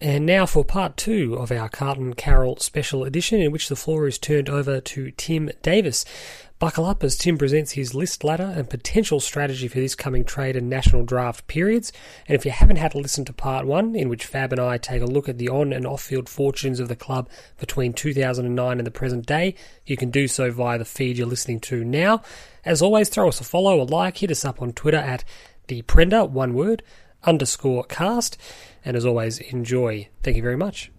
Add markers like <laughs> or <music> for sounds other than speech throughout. And now for part two of our Carlton Carroll special edition, in which the floor is turned over to Tim Davis. Buckle up as Tim presents his list ladder and potential strategy for this coming trade and national draft periods. And if you haven't had to listen to part one, in which Fab and I take a look at the on and off field fortunes of the club between 2009 and the present day, you can do so via the feed you're listening to now. As always, throw us a follow, a like, hit us up on Twitter at the Prender, one word, underscore cast. And as always, enjoy. Thank you very much.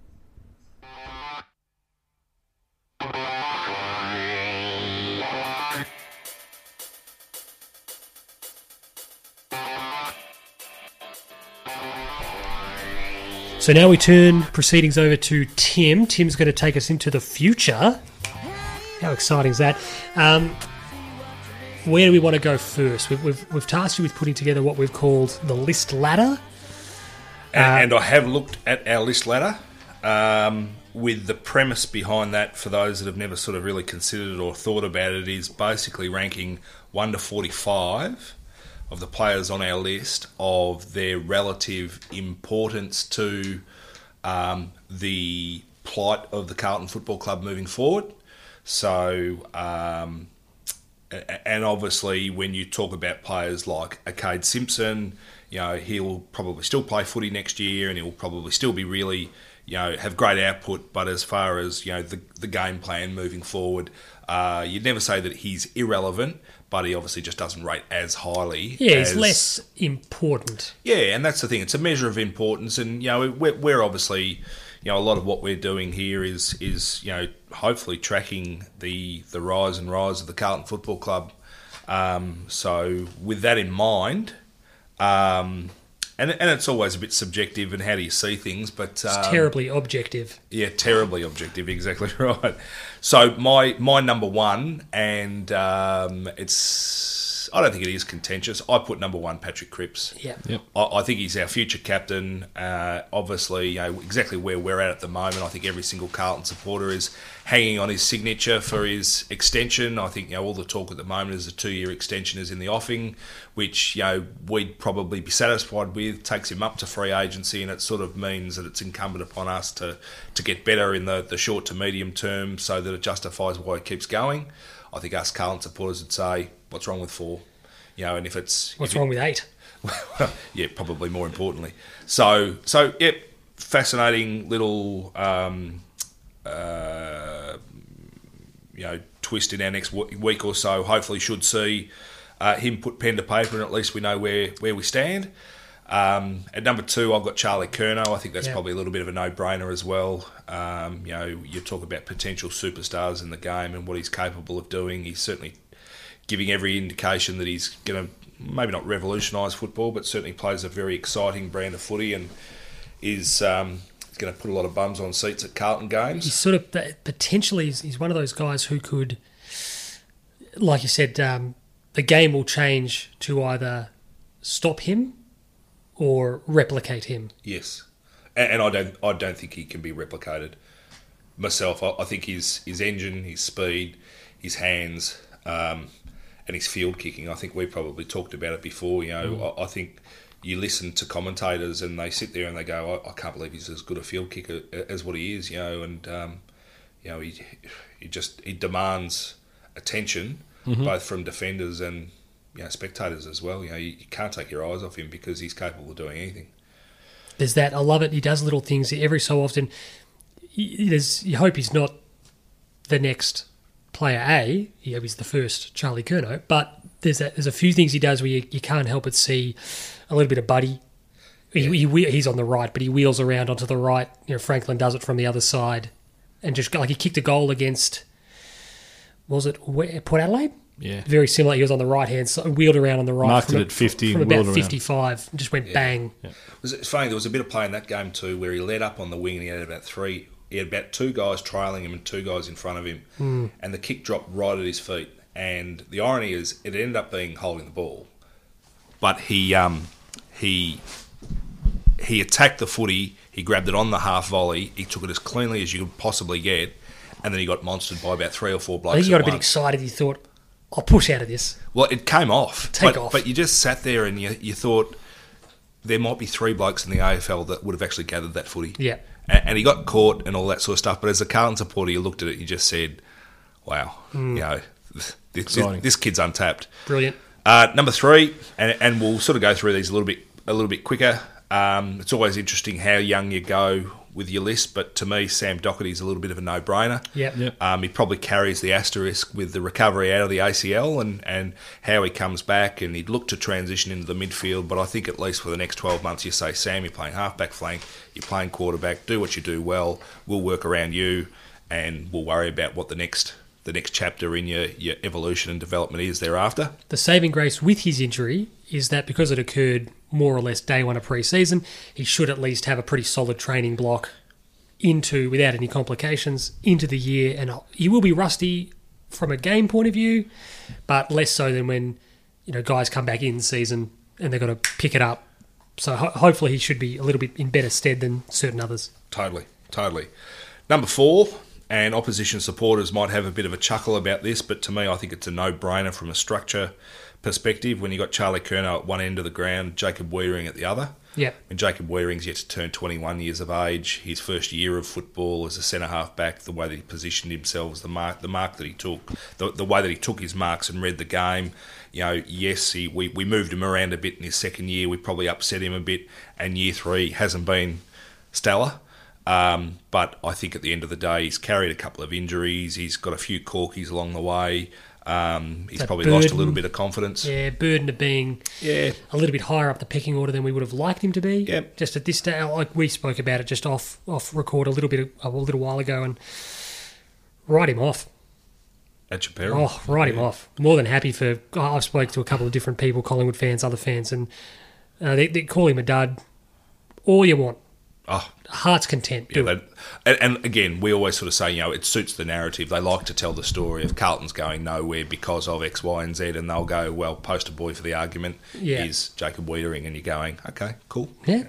So now we turn proceedings over to Tim. Tim's going to take us into the future. How exciting is that? Um, where do we want to go first? We've, we've, we've tasked you with putting together what we've called the list ladder. and, and I have looked at our list ladder um, with the premise behind that. For those that have never sort of really considered it or thought about it, is basically ranking one to forty-five of the players on our list of their relative importance to um, the plight of the Carlton Football Club moving forward. So. Um, a- and obviously when you talk about players like Arcade Simpson, you know he'll probably still play footy next year, and he'll probably still be really, you know, have great output. But as far as you know the the game plan moving forward, uh, you'd never say that he's irrelevant, but he obviously just doesn't rate as highly. Yeah, it's as- less important. yeah, and that's the thing. It's a measure of importance, and you know we're, we're obviously, you know, a lot of what we're doing here is is you know hopefully tracking the the rise and rise of the Carlton Football Club. Um, so with that in mind, um, and and it's always a bit subjective and how do you see things, but um, Terribly objective. yeah, terribly objective. <laughs> Exactly right. So my my number one, and um, it's I don't think it is contentious. I put number one Patrick Cripps. Yeah. Yep. I, I think he's our future captain. Uh, obviously, you know, exactly where we're at at the moment. I think every single Carlton supporter is hanging on his signature for his extension. I think you know all the talk at the moment is a two-year extension is in the offing, which you know we'd probably be satisfied with. Takes him up to free agency, and it sort of means that it's incumbent upon us to to get better in the the short to medium term, so that it justifies why it keeps going. I think us Carlton supporters would say, "What's wrong with four? You know, and if it's What's if it- wrong with eight? <laughs> yeah, probably more importantly. So, so yep, fascinating little um, uh, you know twist in our next w- week or so. Hopefully, should see uh, him put pen to paper, and at least we know where where we stand. Um, at number two, I've got Charlie Kerno. I think that's Yeah. probably a little bit of a no-brainer as well. Um, you know, you talk about potential superstars in the game and what he's capable of doing. He's certainly giving every indication that he's going to maybe not revolutionise football, but certainly plays a very exciting brand of footy and is um, going to put a lot of bums on seats at Carlton games. He's sort of that- potentially he's, he's one of those guys who could, like you said, um, the game will change to either stop him or replicate him. Yes, and, and I don't I don't think he can be replicated. Myself, I, I think his his engine, his speed, his hands, um, and his field kicking. I think we probably talked about it before. You know, I, I think you listen to commentators and they sit there and they go, I, I can't believe he's as good a field kicker as what he is. You know, and um, you know he he just he demands attention both from defenders and you know spectators as well. You know, you, you can't take your eyes off him because he's capable of doing anything. There's that. I love it. He does little things every so often. Y- y- There's, you hope he's not the next player A. You hope he's the first Charlie Kerno. But there's that, there's a few things he does where you, you can't help but see a little bit of Buddy. He, he whe- he's on the right, but he wheels around onto the right. You know, Franklin does it from the other side, and just go- like he kicked a goal against. Was it where- Port Adelaide? Yeah. Very similar. He was on the right hand side, wheeled around on the right. Marked from it a- at 50 From and about wheeled around. 55, and just went bang. was it's funny there was a bit of play in that game too where he led up on the wing and he had about three he had about two guys trailing him and two guys in front of him Hmm. and the kick dropped right at his feet and the irony is it ended up being holding the ball but he um he he attacked the footy he grabbed it on the half volley he took it as cleanly as you could possibly get and then he got monstered by about three or four blokes I think he got at a bit once. excited. He thought, "I'll push out of this." Well, it came off. Take but, off. But you just sat there and you, you thought, there might be three blokes in the AFL that would have actually gathered that footy. Yeah. A- And he got caught and all that sort of stuff. But as a Carlton supporter, you looked at it, you just said, wow, Mm. you know, this, this, Exciting. this kid's untapped. Brilliant. Uh, number three, and, and we'll sort of go through these a little bit a little bit quicker. Um, it's always interesting how young you go with your list, but to me, Sam Doherty's a little bit of a no brainer. Yeah. Yeah. Um, he probably carries the asterisk with the recovery out of the ACL and, and how he comes back, and he'd look to transition into the midfield. But I think at least for the next 12 months, you say, Sam, you're playing halfback flank, you're playing quarterback, do what you do well, we'll work around you, and we'll worry about what the next the next chapter in your, your evolution and development is thereafter. The saving grace with his injury is that because it occurred more or less day one of pre-season, he should at least have a pretty solid training block into without any complications into the year, and he will be rusty from a game point of view, but less so than when you know guys come back in season and they've got to pick it up. So ho- hopefully he should be a little bit in better stead than certain others. Totally, totally. Number four, and opposition supporters might have a bit of a chuckle about this, but to me, I think it's a no-brainer from a structure perspective. When you got Charlie Kerner at one end of the ground, Jacob Wearing at the other. Yeah. And Jacob Wearing's yet to turn 21 years of age. His first year of football as a centre half back, the way that he positioned himself, the mark, the mark that he took, the, the way that he took his marks and read the game. You know, yes, he, we, we moved him around a bit in his second year. We probably upset him a bit. And year three hasn't been stellar. Um, but I think at the end of the day, he's carried a couple of injuries. He's got a few corkies along the way. Um, he's That probably lost a burden. little bit of confidence. Yeah, burden of being Yeah. a little bit higher up the pecking order than we would have liked him to be. Yep. Just at this day, like we spoke about it just off off record a little bit a little while ago, and write him off. At Chappelle. Oh, write him off. More than happy for. I've spoke to a couple of different people, Collingwood fans, other fans, and uh, they, they call him a dud. All you want, Oh, heart's content. Do Yeah, it. they, and, and again, we always sort of say, you know, it suits the narrative. They like to tell the story of Carlton's going nowhere because of X, Y, and Z, and they'll go, well, poster boy for the argument Yeah. is Jacob Wiedering, and you're going, okay, cool. Yeah,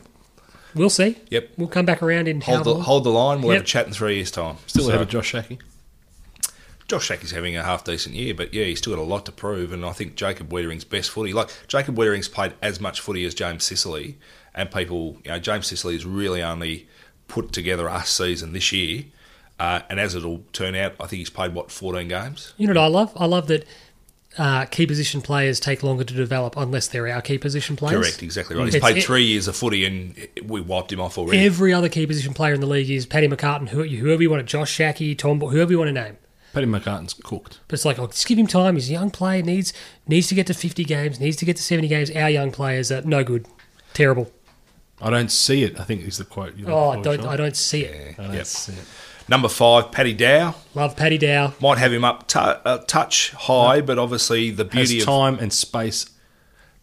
we'll see. Yep. We'll come back around in how Hold the, long. hold the line. We'll have Yep. a chat in three years' time. Still So, ahead of Josh Shackey. Josh Shackey's having a half decent year, but yeah, he's still got a lot to prove. And I think Jacob Wiedering's best footy, like Jacob Wiedering's played as much footy as James Sicily, and people, you know, James Sicily's really only put together us season this year. Uh, and as it'll turn out, I think he's played what fourteen games. You know what I love? I love that uh, key position players take longer to develop unless they're our key position players. Correct, exactly right. He's It's- played it- three years of footy, and we wiped him off already. Every other key position player in the league is Paddy McCartan, who- whoever you want, to, Josh Shackey, Tom, Bo- whoever you want to name. Paddy McCartan's cooked. But it's like, oh, just give him time. He's a young player. Needs needs to get to fifty games. Needs to get to seventy games. Our young players are no good, terrible. I don't see it. I think is the quote. You Oh, I quote, don't Sean. I don't see it. I don't Yep. see it. Number five, Paddy Dow Love Paddy Dow. might have him up tu uh, touch high, but obviously the Has beauty of time and space.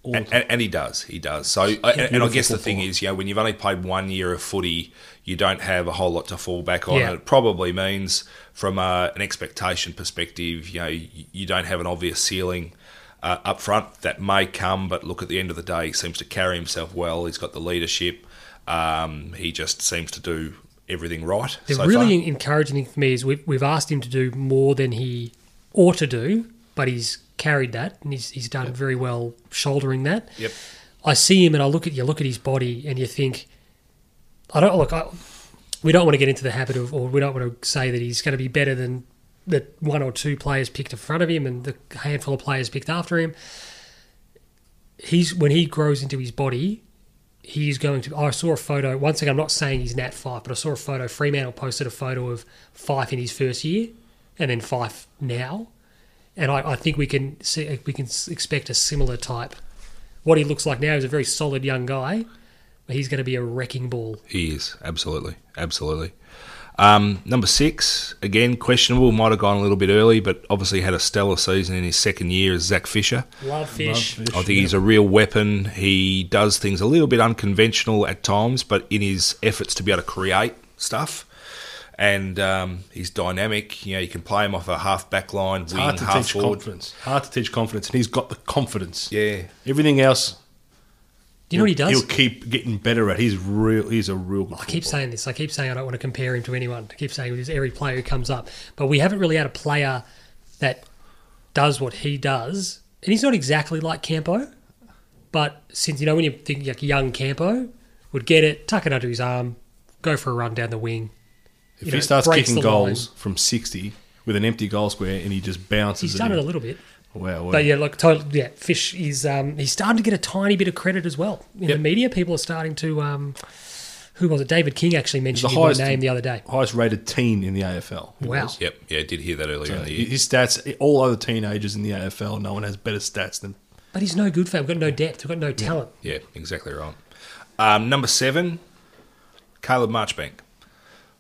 All and, and, and he does, he does. So, I and, and I guess the thing is, you know, when you've only played one year of footy, you don't have a whole lot to fall back on. Yeah. And It probably means, from uh an expectation perspective, you know, you, you don't have an obvious ceiling uh, up front that may come. But look, at the end of the day, he seems to carry himself well. He's got the leadership. Um, he just seems to do everything right. The so really far. encouraging thing for me is we've, we've asked him to do more than he ought to do, but he's carried that and he's, he's done very well shouldering that. Yep. I see him and I look at you look at his body and you think, I don't look. I, we don't want to get into the habit of, or we don't want to say that he's going to be better than the one or two players picked in front of him and the handful of players picked after him. He's when he grows into his body, he is going to. I saw a photo. Once again, I'm not saying he's Nat Five, but I saw a photo. Fremantle posted a photo of Fife in his first year, and then Fife now, and I, I think we can see we can s- expect a similar type. What he looks like now is a very solid young guy, but he's going to be a wrecking ball. He is absolutely, absolutely. Um, number six, again questionable. Might have gone a little bit early, but obviously had a stellar season in his second year as Zach Fisher. Love fish. Love I think he's a real weapon. He does things a little bit unconventional at times, but in his efforts to be able to create stuff, and um, he's dynamic. You know, you can play him off a half back line, wing, hard to half teach forward. confidence. Hard to teach confidence, and he's got the confidence. Yeah, Everything else, Do you know what he does? He'll keep getting better at. He's real. He's a real. Good I keep footballer. saying this. I keep saying I don't want to compare him to anyone. I keep saying it's every player who comes up, but we haven't really had a player that does what he does, and he's not exactly like Campo, But since you know when you think like young Campo would get it, tuck it under his arm, go for a run down the wing. If you he know, starts breaks kicking the line. goals from 60 with an empty goal square and he just bounces he's done in. it a little bit. Wow, wow. But yeah, like total, yeah, Fish is um, he's starting to get a tiny bit of credit as well in the Yep. media. People are starting to um, who was it? David King actually mentioned the him by highest- name the other day. highest rated teen in the AFL. He Wow. was. Yep. Yeah, I did hear that earlier in the year. His stats, all other teenagers in the AFL, no one has better stats than. But he's no good for. We've got no depth. We've got no talent. Yeah, exactly right. Um, number seven, Caleb Marchbank.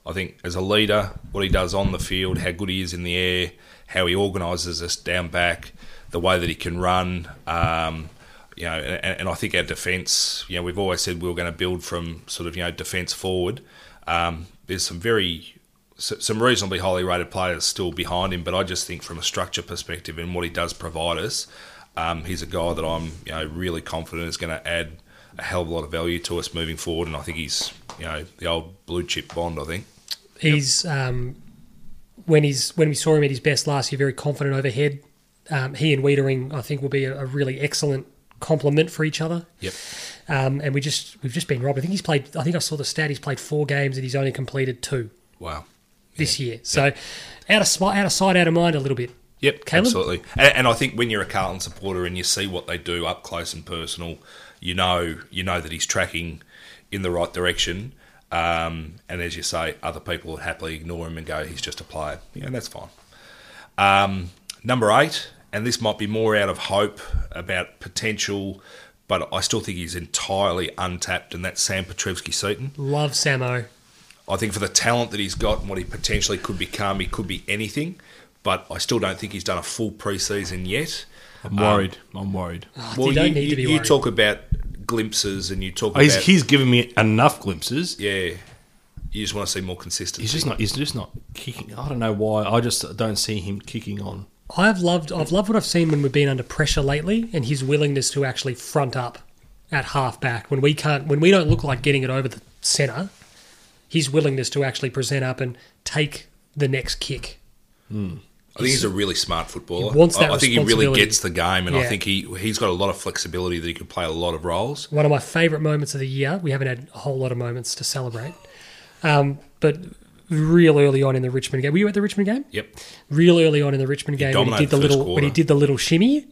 I think as a leader, what he does on the field, how good he is in the air, how he organises us down back, the way that he can run. Um, you know, and, and I think our defence. You know, we've always said we were going to build from sort of you know defence forward. Um, there's some very s- some reasonably highly rated players still behind him, but I just think from a structure perspective and what he does provide us, um, he's a guy that I'm you know really confident is going to add a hell of a lot of value to us moving forward, and I think he's you know the old blue chip Bond. I think. He's um, when he's when we saw him at his best last year, very confident overhead. Um, he and Wiedering, I think, will be a, a really excellent complement for each other. Yep. Um, and we just we've just been robbed. I think he's played. I think I saw the stat. He's played four games and he's only completed two Wow. this year. So out of spot, out of sight, out of mind a little bit. Yep, Caleb? absolutely. And, and I think when you're a Carlton supporter and you see what they do up close and personal, you know you know that he's tracking in the right direction. Um, and as you say, other people would happily ignore him and go, "He's just a player," yeah, and that's fine. Um, number eight, and this might be more out of hope about potential, but I still think he's entirely untapped, and that's Sam Petrevsky Seaton. Love Samo. I think for the talent that he's got and what he potentially could become, he could be anything. But I still don't think he's done a full preseason yet. I'm worried. I'm worried. you don't need you, to be you worried. talk about glimpses and you talk Oh, he's, about he's given me enough glimpses. yeah. You just want to see more consistency. He's just not. He's just not kicking. I don't know why. I just don't see him kicking on. I've loved I've loved what I've seen when we've been under pressure lately, and his willingness to actually front up at half back when we can't when we don't look like getting it over the centre. His willingness to actually present up and take the next kick. I think he's a really smart footballer. He wants that I, I think he really responsibility. gets the game, and I Yeah. think he he's got a lot of flexibility that he can play a lot of roles. One of my favourite moments of the year. We haven't had a whole lot of moments to celebrate, um, but real early on in the Richmond game. Were you at the Richmond game? Yep. real early on in the Richmond game when he did dominated the the first little when he quarter. Hmm. did the little shimmy,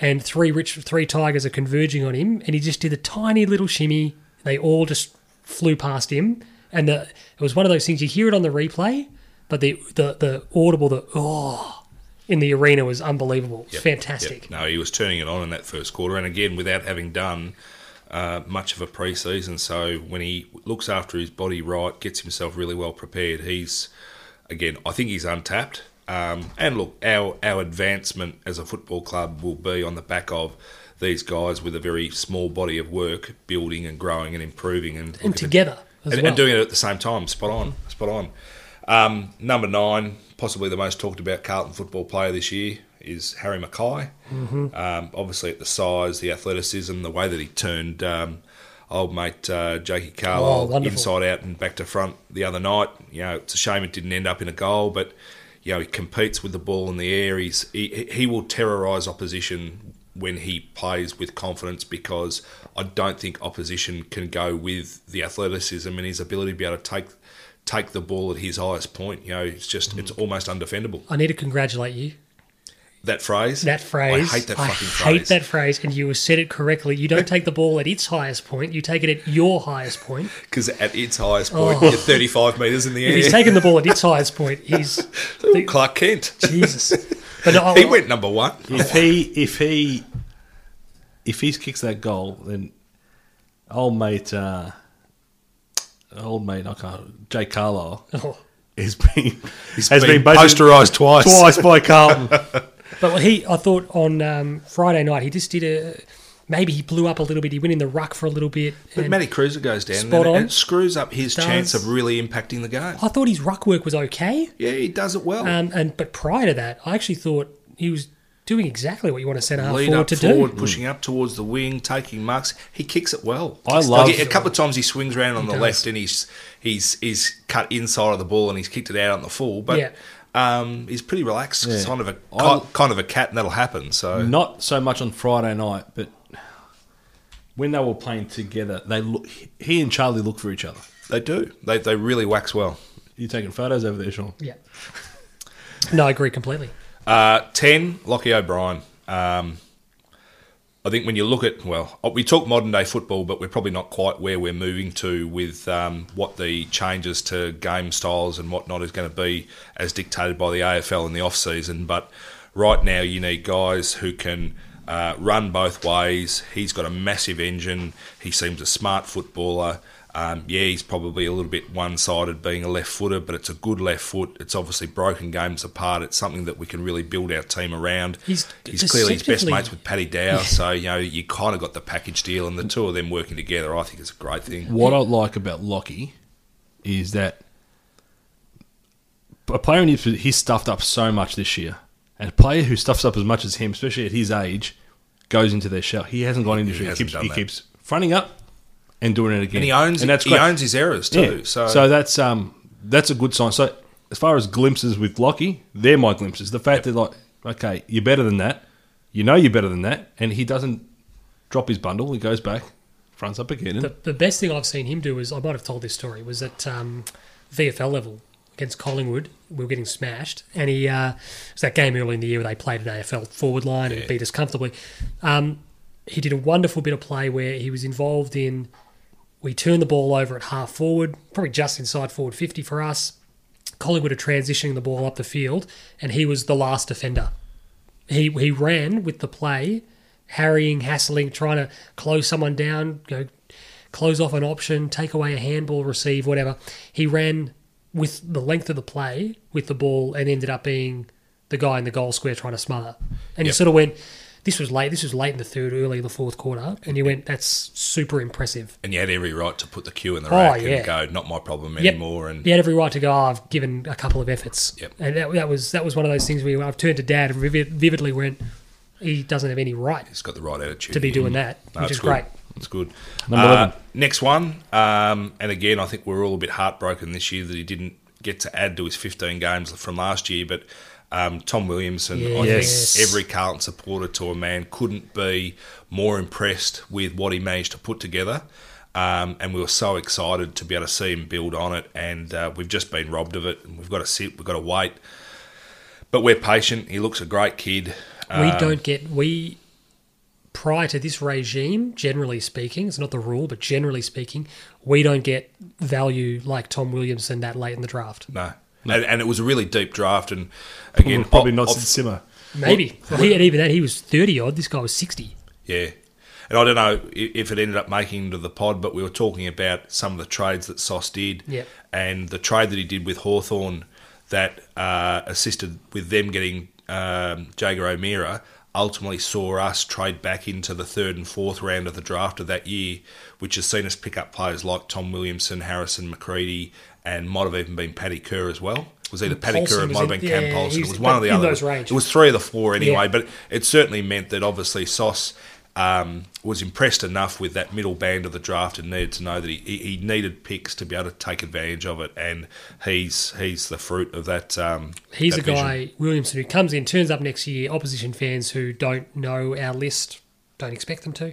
and three rich three tigers are converging on him, and he just did a tiny little shimmy. They all just flew past him, and the, it was one of those things you hear it on the replay, but the the, the audible the oh in the arena was unbelievable, fantastic. Yep. No, he was turning it on in that first quarter, and again without having done uh, much of a preseason. So when he looks after his body right, gets himself really well prepared, he's again. I think he's untapped. Um, and look, our our advancement as a football club will be on the back of these guys with a very small body of work, building and growing and improving, and, And together as and, well. and doing it at the same time. Spot on, spot on. Um, number nine, possibly the most talked about Carlton football player this year is Harry Mackay. Mm-hmm. Um, obviously, at the size, the athleticism, the way that he turned um, old mate uh, Jakey Oh, Carlisle wonderful. inside out and back to front the other night. You know, it's a shame it didn't end up in a goal, but you know he competes with the ball in the air. He's he, he will terrorise opposition when he plays with confidence because I don't think opposition can go with the athleticism and his ability to be able to take take the ball at his highest point. You know, it's just Mm. it's almost undefendable. I need to congratulate you. That phrase. That phrase. I hate that I fucking hate phrase. that phrase, and you said it correctly. You don't take the ball at its highest point. You take it at your highest point. Because at its highest point, you're 35 metres in the Oh. If he's air. taken the ball at its highest point, he's Clark Kent. Jesus. But no, He I, went number one. If he, if he, if he kicks that goal, then old mate, uh, old mate, I can't. Jay Carlisle oh. has been has been been, budgeted posterised twice. twice by Carlton. <laughs> but he, I thought on um, Friday night he just did a. Maybe he blew up a little bit. He went in the ruck for a little bit. But and Matty Cruiser goes down Spot and, on. and screws up his Does. chance of really impacting the game. I thought his ruck work was okay. Yeah, he does it well. Um, and but prior to that, I actually thought he was doing exactly what you want a centre half Lead forward up to forward, do. Mm. pushing up towards the wing, taking marks. He kicks it well. I love- a couple of times he swings around on the does. left and he's he's he's cut inside of the ball and he's kicked it out on the full. But Yeah. um, he's pretty relaxed, kind of a I- Mm. kind of a cat, and that'll happen. So Not so much on Friday night, but when they were playing together, they look, he and Charlie look for each other. They do. They, they really wax well. You taking photos over there, Sean? Yeah. No, I agree completely. Uh, 10, Lockie O'Brien. Um, I think when you look at, well, uh, we talk modern day football, but we're probably not quite where we're moving to with um, what the changes to game styles and whatnot is going to be as dictated by the AFL in the off season. But right now, you need guys who can uh, run both ways. He's got a massive engine. He seems a smart footballer. Um, yeah, he's probably a little bit one sided being a left footer, but it's a good left foot. It's obviously broken games apart. It's something that we can really build our team around. He's clearly his best deceptively- mates with Paddy Dow, so you know you kind of got the package deal, and the two of them working together, I think, is a great thing. What I like about Lockie is that a player in his, he's stuffed up so much this year, and a player who stuffs up as much as him, especially at his age, goes into their shell. He hasn't gone into He shell. He, hasn't keeps, done he that. keeps fronting up and doing it again. And he owns and that's he great. owns his errors too. Yeah. So, that's um that's a good sign. So as far as glimpses with Lockie, they're my glimpses. The fact that like okay, you're better than that. You know you're better than that, and he doesn't drop his bundle. He goes back, fronts up again. and- The, the best thing I've seen him do is I might have told this story was at um, VFL level against Collingwood. We were getting smashed, and he uh, it was that game early in the year where they played an AFL forward line and beat us comfortably. Um, he did a wonderful bit of play where he was involved in. We turned the ball over at half forward, probably just inside forward fifty for us. Collingwood are transitioning the ball up the field, and he was the last defender he he ran with the play, harrying, hassling, trying to close someone down, you know, close off an option, take away a handball, receive, whatever. He ran with the length of the play with the ball and ended up being the guy in the goal square trying to smother. And you sort of went, this was late. This was late in the third, early in the fourth quarter, and you went, that's super impressive. and you had every right to put the cue in the Oh, rack yeah. and go, not my problem Yep. anymore. And You had every right to go. "Oh, I've given a couple of efforts, Yep. and that, that was that was one of those things where you- I've turned to dad and vivid, vividly went, he doesn't have any right he's got the right attitude to be Yeah. doing that, No, which is it's Mm-hmm. good. great. It's good. Number Uh, 11. Next one, um, and again, I think we're all a bit heartbroken this year that he didn't get to add to his 15 games from last year, but um, Tom Williamson, I Yes. think every Carlton supporter to a man couldn't be more impressed with what he managed to put together. Um, and we were so excited to be able to see him build on it, and uh, we've just been robbed of it. And we've got to sit, we've got to wait, but we're patient. He looks a great kid. we Um, don't get we prior to this regime generally speaking it's not the rule but generally speaking we don't get value like tom williamson that late in the draft No. And, and it was a really deep draft, and again, probably off- not off- since Simo. maybe well, he had even that he was 30 odd this guy was 60 yeah. And I don't know i- if it ended up making into the pod, but we were talking about some of the trades that Sauce did, Yeah. and the trade that he did with Hawthorn that uh, assisted with them getting um, Jager O'Meara ultimately saw us trade back into the third and fourth round of the draft of that year, which has seen us pick up players like Tom Williamson, Harrison McCready, and might have even been Paddy Kerr as well. It was either Paddy Paulson Kerr, it was might have in- been yeah, Cam yeah, Paulson. he It was- was one but of the in other. those ranges. It was three of the four anyway, Yeah. but it certainly meant that obviously Sauce um, was impressed enough with that middle band of the draft and needed to know that he, he he needed picks to be able to take advantage of it, and he's he's the fruit of that. Um, He's that a vision. guy, Williamson, who comes in, turns up next year. Opposition fans who don't know our list, don't expect them to,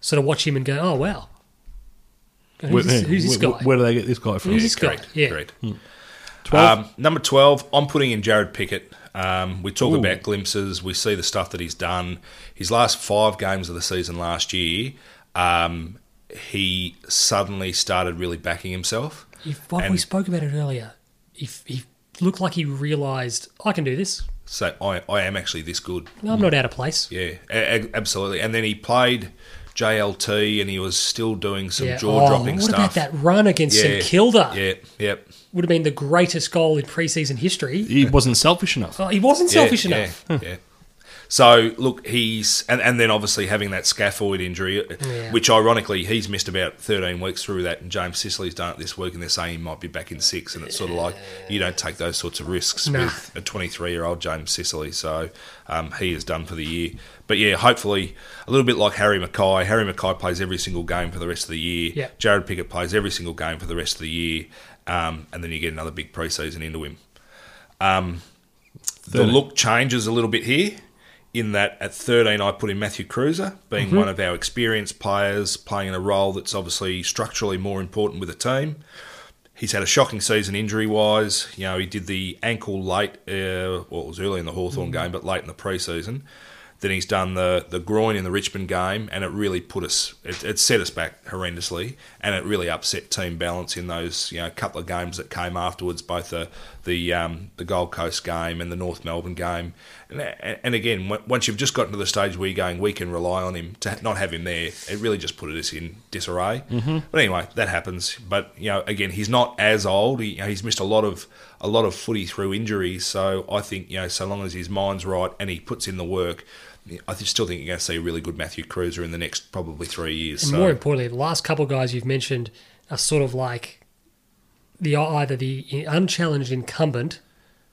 sort of watch him and go, oh, wow. Who's this, who's this where, guy? Where do they get this guy from? Who's this guy? Correct, Yeah. Hmm. correct. Twelve. Um, number 12, I'm putting in Jared Pickett. Um, we talk Ooh. about glimpses. We see the stuff that he's done. His last five games of the season last year, um, he suddenly started really backing himself. He- what we And- spoke about it earlier. He, he looked like he realised, I can do this. So I, I am actually this good. I'm not out of place. Yeah, a- a- absolutely. And then he played JLT and he was still doing some jaw Oh, dropping what stuff. about that run against Yeah, St Kilda? Yeah, yeah. Would have been the greatest goal in preseason history. he wasn't selfish enough. Oh, he wasn't Yeah, selfish yeah, enough. Hmm. yeah. So look, he's and, and then obviously having that scaphoid injury, uh, Yeah. which ironically he's missed about thirteen weeks through that, and James Sicily's done it this week, and they're saying he might be back in six, and it's sort of like you don't take those sorts of risks Nah. with a twenty-three-year-old James Sicily. So um, he is done for the year. But yeah, hopefully a little bit like Harry Mackay. Harry Mackay plays every single game for the rest of the year. Yeah. Jared Pickett plays every single game for the rest of the year, um, and then you get another big preseason into him the look changes a little bit here. in that at 13 I put in Matthew Cruiser, being one of our experienced players, playing in a role that's obviously structurally more important with a team. He's had a shocking season injury wise. You know, he did the ankle late, uh, well, it was early in the Hawthorn game, but late in the preseason. Then he's done the, the groin in the Richmond game, and it really put us, it, it set us back horrendously, and it really upset team balance in those you know couple of games that came afterwards, both the the um, the Gold Coast game and the North Melbourne game. And, and again, on- once you've just gotten to the stage where you're going, we can rely on him to not have him there. It really just put us in disarray. Mm-hmm. But anyway, that happens. But you know, again, he's not as old. He, you know, he's missed a lot of a lot of footy through injuries. So I think you know, so long as his mind's right and he puts in the work, I th- still think you're going to see a really good Matthew Cruiser in the next probably three years. And So- more importantly, the last couple of guys you've mentioned are sort of like the either the unchallenged incumbent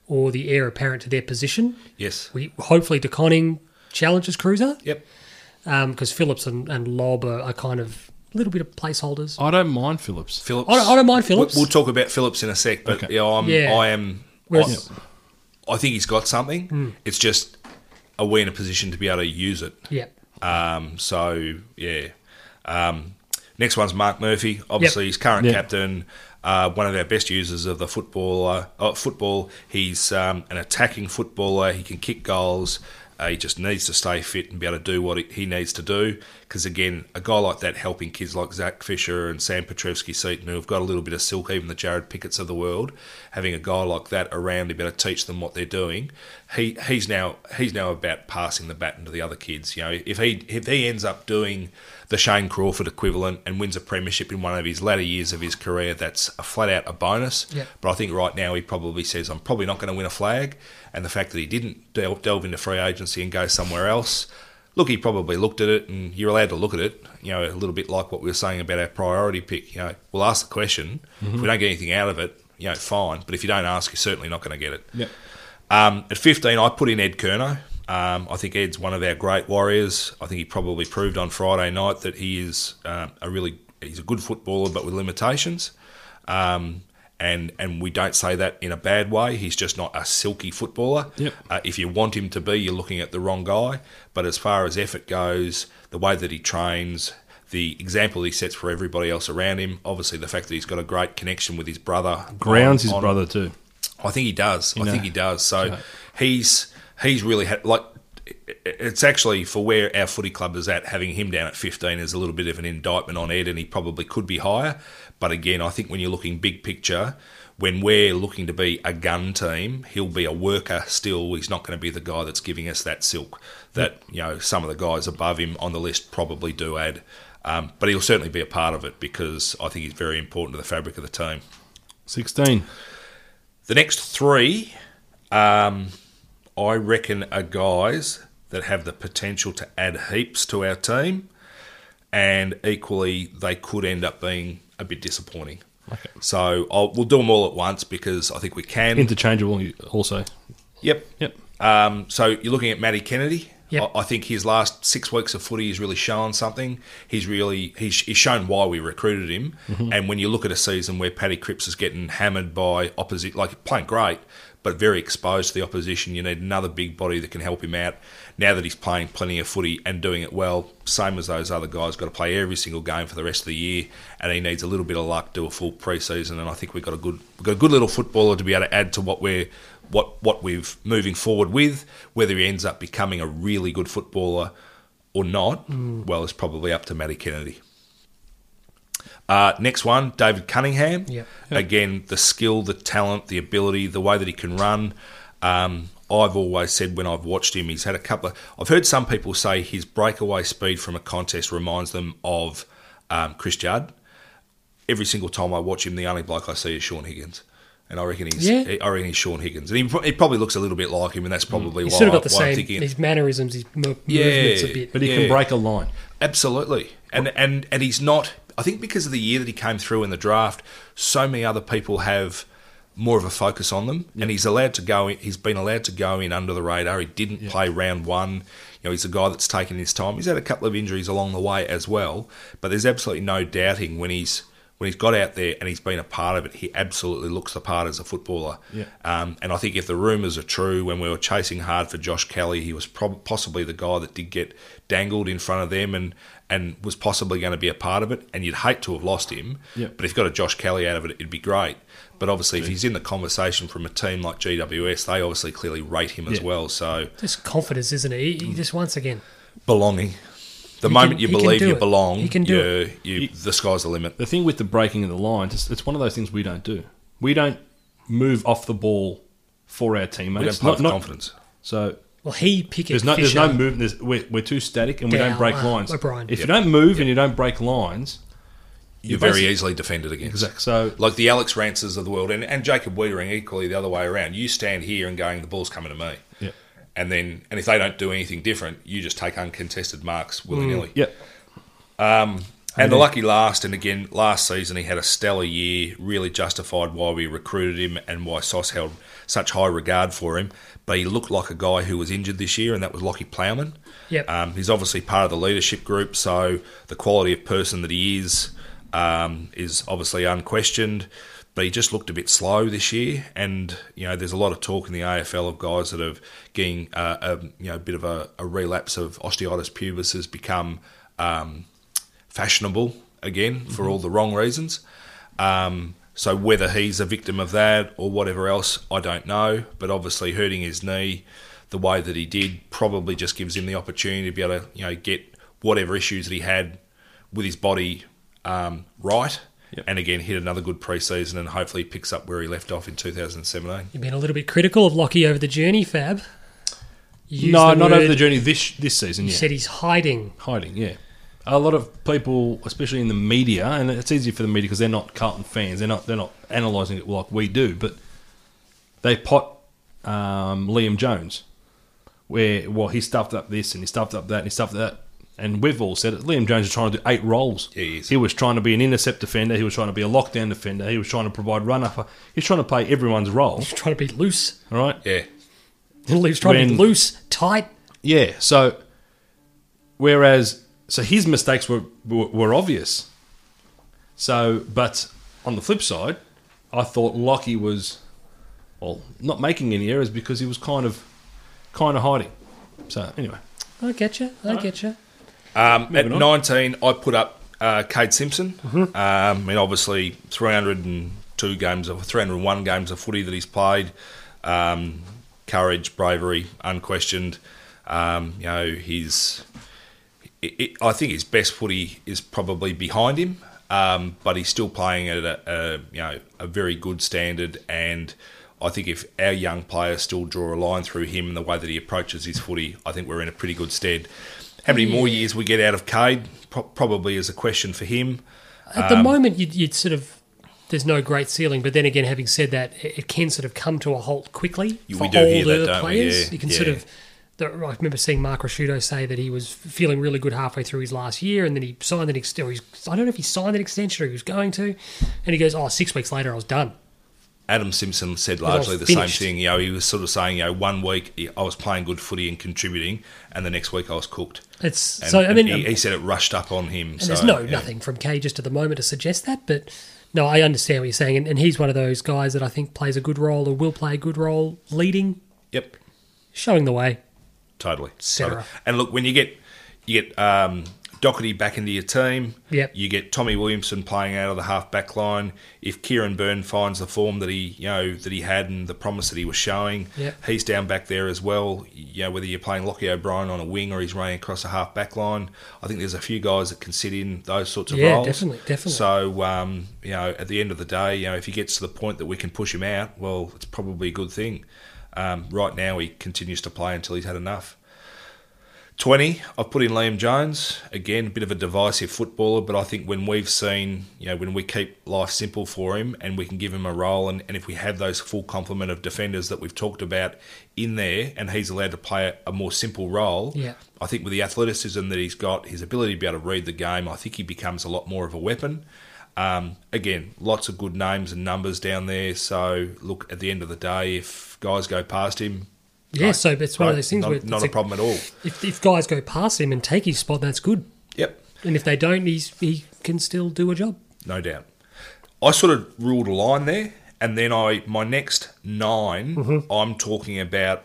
or the heir apparent to their position. yes, We hopefully DeConning challenges Cruiser yep. because Phillips and, and Lob are, are kind of a little bit of placeholders. Oh, I don't mind Phillips. Phillips. I don't- I don't mind We- Phillips. We'll, talk about Phillips in a sec, but Okay. yeah, I'm, Yeah. I am. Whereas- I, I think he's got something. It's just are we in a position to be able to use it? Yeah, Um, so yeah. Um, next one's Mark Murphy. Obviously, Yep. he's current Yeah. captain. Uh, one of our best users of the footballer, uh, football. He's um, an attacking footballer. He can kick goals. Uh, he just needs to stay fit and be able to do what he- he needs to do. Because again, a guy like that helping kids like Zach Fisher and Sam Petrevsky Seaton, who have got a little bit of silk, even the Jared Pickets of the world, having a guy like that around to be able to teach them what they're doing. He he's now he's now about passing the baton to the other kids. You know, if he if he ends up doing the Shane Crawford equivalent and wins a premiership in one of his latter years of his career, that's a flat out a bonus. Yep. But I think right now he probably says, I'm probably not going to win a flag. And the fact that he didn't delve, delve into free agency and go somewhere else, look, he probably looked at it and you're allowed to look at it, you know, a little bit like what we were saying about our priority pick. You know, we'll ask the question. If we don't get anything out of it, you know, fine. But if you don't ask, you're certainly not going to get it. Yep. Um, at 15, I put in Ed Kerno. Um, I think Ed's one of our great warriors. I think he probably proved on Friday night that he is um, a really he's a good footballer, but with limitations. Um, and and we don't say that in a bad way. He's just not a silky footballer. Yep. Uh, if you want him to be, you're looking at the wrong guy. But as far as effort goes, the way that he trains, the example he sets for everybody else around him, obviously the fact that he's got a great connection with his brother, Grounds on- his on- brother too. I think he does. I know. think he does. So he's he's really ha- like it- it's actually for where our footy club is at. Having him down at fifteen is a little bit of an indictment on Ed, and he probably could be higher. But again, I think when you're looking big picture, when we're looking to be a gun team, he'll be a worker still. He's not going to be the guy that's giving us that silk that you know some of the guys above him on the list probably do add. Um, but he'll certainly be a part of it because I think he's very important to the fabric of the team. 16. The next three, um, I reckon, are guys that have the potential to add heaps to our team, and equally, they could end up being a bit disappointing. So I'll, we'll do them all at once because I think we <laughs> can. Interchangeable also. yep. Yep. Um, so you're looking at Matty Kennedy. Yep. I, I think his last six weeks of footy has really shown something. He's really he's, he's shown why we recruited him. And when you look at a season where Paddy Cripps is getting hammered by opposite, like playing great, but very exposed to the opposition, you need another big body that can help him out. Now that he's playing plenty of footy and doing it well, same as those other guys, got to play every single game for the rest of the year, and he needs a little bit of luck, do a full preseason, and I think we've got a good, we've got a good little footballer to be able to add to what we're what what we've moving forward with. Whether he ends up becoming a really good footballer or not, well, it's probably up to Matty Kennedy. Uh, next one, David Cunningham. Yep. Again, the skill, the talent, the ability, the way that he can run. Um, I've always said when I've watched him, he's had a couple of. I've heard some people say his breakaway speed from a contest reminds them of um, Chris Judd. Every single time I watch him, the only bloke I see is Sean Higgins. And I reckon he's, Yeah. I reckon he's Sean Higgins, and he, pro- he probably looks a little bit like him, and that's probably he's why, sort of got the why I'm same thinking. his mannerisms, his mo- Yeah. movements a bit. But he Yeah. can break a line. Absolutely, and and and he's not. I think because of the year that he came through in the draft, so many other people have more of a focus on them, and he's allowed to go. In, he's been allowed to go in under the radar. He didn't play round one. You know, he's a guy that's taken his time. He's had a couple of injuries along the way as well, but there's absolutely no doubting when he's when he's got out there and he's been a part of it, he absolutely looks the part as a footballer. Yeah. Um, and I think if the rumours are true, when we were chasing hard for Josh Kelly, he was prob- possibly the guy that did get dangled in front of them and, and was possibly going to be a part of it. And you'd hate to have lost him. Yeah. But if you got a Josh Kelly out of it, it'd be great. But obviously, if he's in the conversation from a team like GWS, they obviously clearly rate him as Yeah. well. So Just confidence, isn't it? He, Mm. he just once again. belonging. The He moment can- you he can believe do you it. belong, He can do you, it. You, the sky's the limit. The thing with the breaking of the lines, it's, it's one of those things we don't do. We don't move off the ball for our teammates. We don't play Not- with not- confidence. So Well, he Pickett there's no Fisher. there's no movement. There's, we're, we're too static and we Down, don't break uh, lines. O'Brien. If you don't move and you don't break lines, You're basi- very easily defended against. exact. So Like the Alex Rances of the world and, and Jacob Wiedering equally the other way around. You stand here and going, the ball's coming to me. yeah, And then, and if they don't do anything different, you just take uncontested marks willy nilly. yeah, And the lucky last, and again, last season he had a stellar year, really justified why we recruited him and why Sauce held such high regard for him. But he looked like a guy who was injured this year, and that was Lockie Plowman. Yep. Um, he's obviously part of the leadership group, so the quality of person that he is um, is obviously unquestioned. But he just looked a bit slow this year, and you know, there's a lot of talk in the AFL of guys that have getting uh, a you know a bit of a, a relapse of osteitis pubis has become um, fashionable again for all the wrong reasons. Um, so whether he's a victim of that or whatever else, I don't know. But obviously, hurting his knee the way that he did probably just gives him the opportunity to be able to you know get whatever issues that he had with his body um, right. Yep. And again, hit another good preseason, and hopefully picks up where he left off in 2017. You've been a little bit critical of Lockie over the journey, Fab. You used no, the not word- over the journey this this season. You Yeah, said he's hiding. <laughs> hiding. Yeah, a lot of people, especially in the media, and it's easier for the media because they're not Carlton fans. They're not they're not analysing it like we do, but they pot um, Liam Jones, where well he stuffed up this and he stuffed up that and he stuffed that. And we've all said it. Liam Jones is trying to do eight roles. Yeah, he is. was trying to be an intercept defender. He was trying to be a lockdown defender. He was trying to provide run up. He's trying to play everyone's role. He's trying to be loose. <laughs> All right. Yeah, He's trying to When- be loose, tight. Yeah. So, whereas, so his mistakes were, were were obvious. So, but on the flip side, I thought Lockie was, well, not making any errors because he was kind of, kind of hiding. So anyway, I get you. I get you. Um, at Moving on. 19, I put up uh, Cade Simpson. Um, I mean, obviously, 302 games of 301 games of footy that he's played. Um, courage, bravery, unquestioned. Um, you know, he's. It, it, I think his best footy is probably behind him, um, but he's still playing at a, a you know a very good standard. And I think if our young players still draw a line through him and the way that he approaches his footy, I think we're in a pretty good stead. How many more years we get out of Cade pro- probably is a question for him. At Um, the moment, you'd, you'd sort of there's no great ceiling. But then again, having said that, it, it can sort of come to a halt quickly You- for we do all hear the that, other don't we? players. Yeah, You can sort yeah. of. The, I remember seeing Mark Rashudo say that he was feeling really good halfway through his last year, and then he signed an ex- or he's, I don't know if he signed an extension or he was going to, and he goes, "Oh, six weeks later, I was done." Adam Simpson said all largely the same finished. thing. You know, he was sort of saying, you know, one week I was playing good footy and contributing, and the next week I was cooked. It's And, so. I mean, he, he said it rushed up on him. And so, there's no yeah. nothing from Kay just at the moment to suggest that, but no, I understand what you're saying, and, and he's one of those guys that I think plays a good role or will play a good role, leading, Yep, showing the way. totally. cetera. Totally. And look, when you get you get um, Doherty back into your team, Yep. you get Tommy Williamson playing out of the half back line. If Kieran Byrne finds the form that he you know that he had and the promise that he was showing, Yep. he's down back there as well. You know, whether you're playing Lockie O'Brien on a wing or he's running across the half back line, I think there's a few guys that can sit in those sorts of Yeah, roles. definitely, definitely. So um, you know, at the end of the day, you know, if he gets to the point that we can push him out, well, it's probably a good thing. Um, right now, he continues to play until he's had enough. 20, I've put in Liam Jones. Again, a bit of a divisive footballer, but I think when we've seen, you know, when we keep life simple for him and we can give him a role, and, and if we have those full complement of defenders that we've talked about in there and he's allowed to play a, a more simple role, Yeah. I think with the athleticism that he's got, his ability to be able to read the game, I think he becomes a lot more of a weapon. Um, again, lots of good names and numbers down there. So, look, at the end of the day, if guys go past him, Yeah, great. so it's one of Great. those things not, where it's not a problem at all. If, if guys go past him and take his spot, that's good, Yep. and if they don't, he's he can still do a job. No doubt. I sort of ruled a line there, and then I my next 9 Mm-hmm. i I'm talking about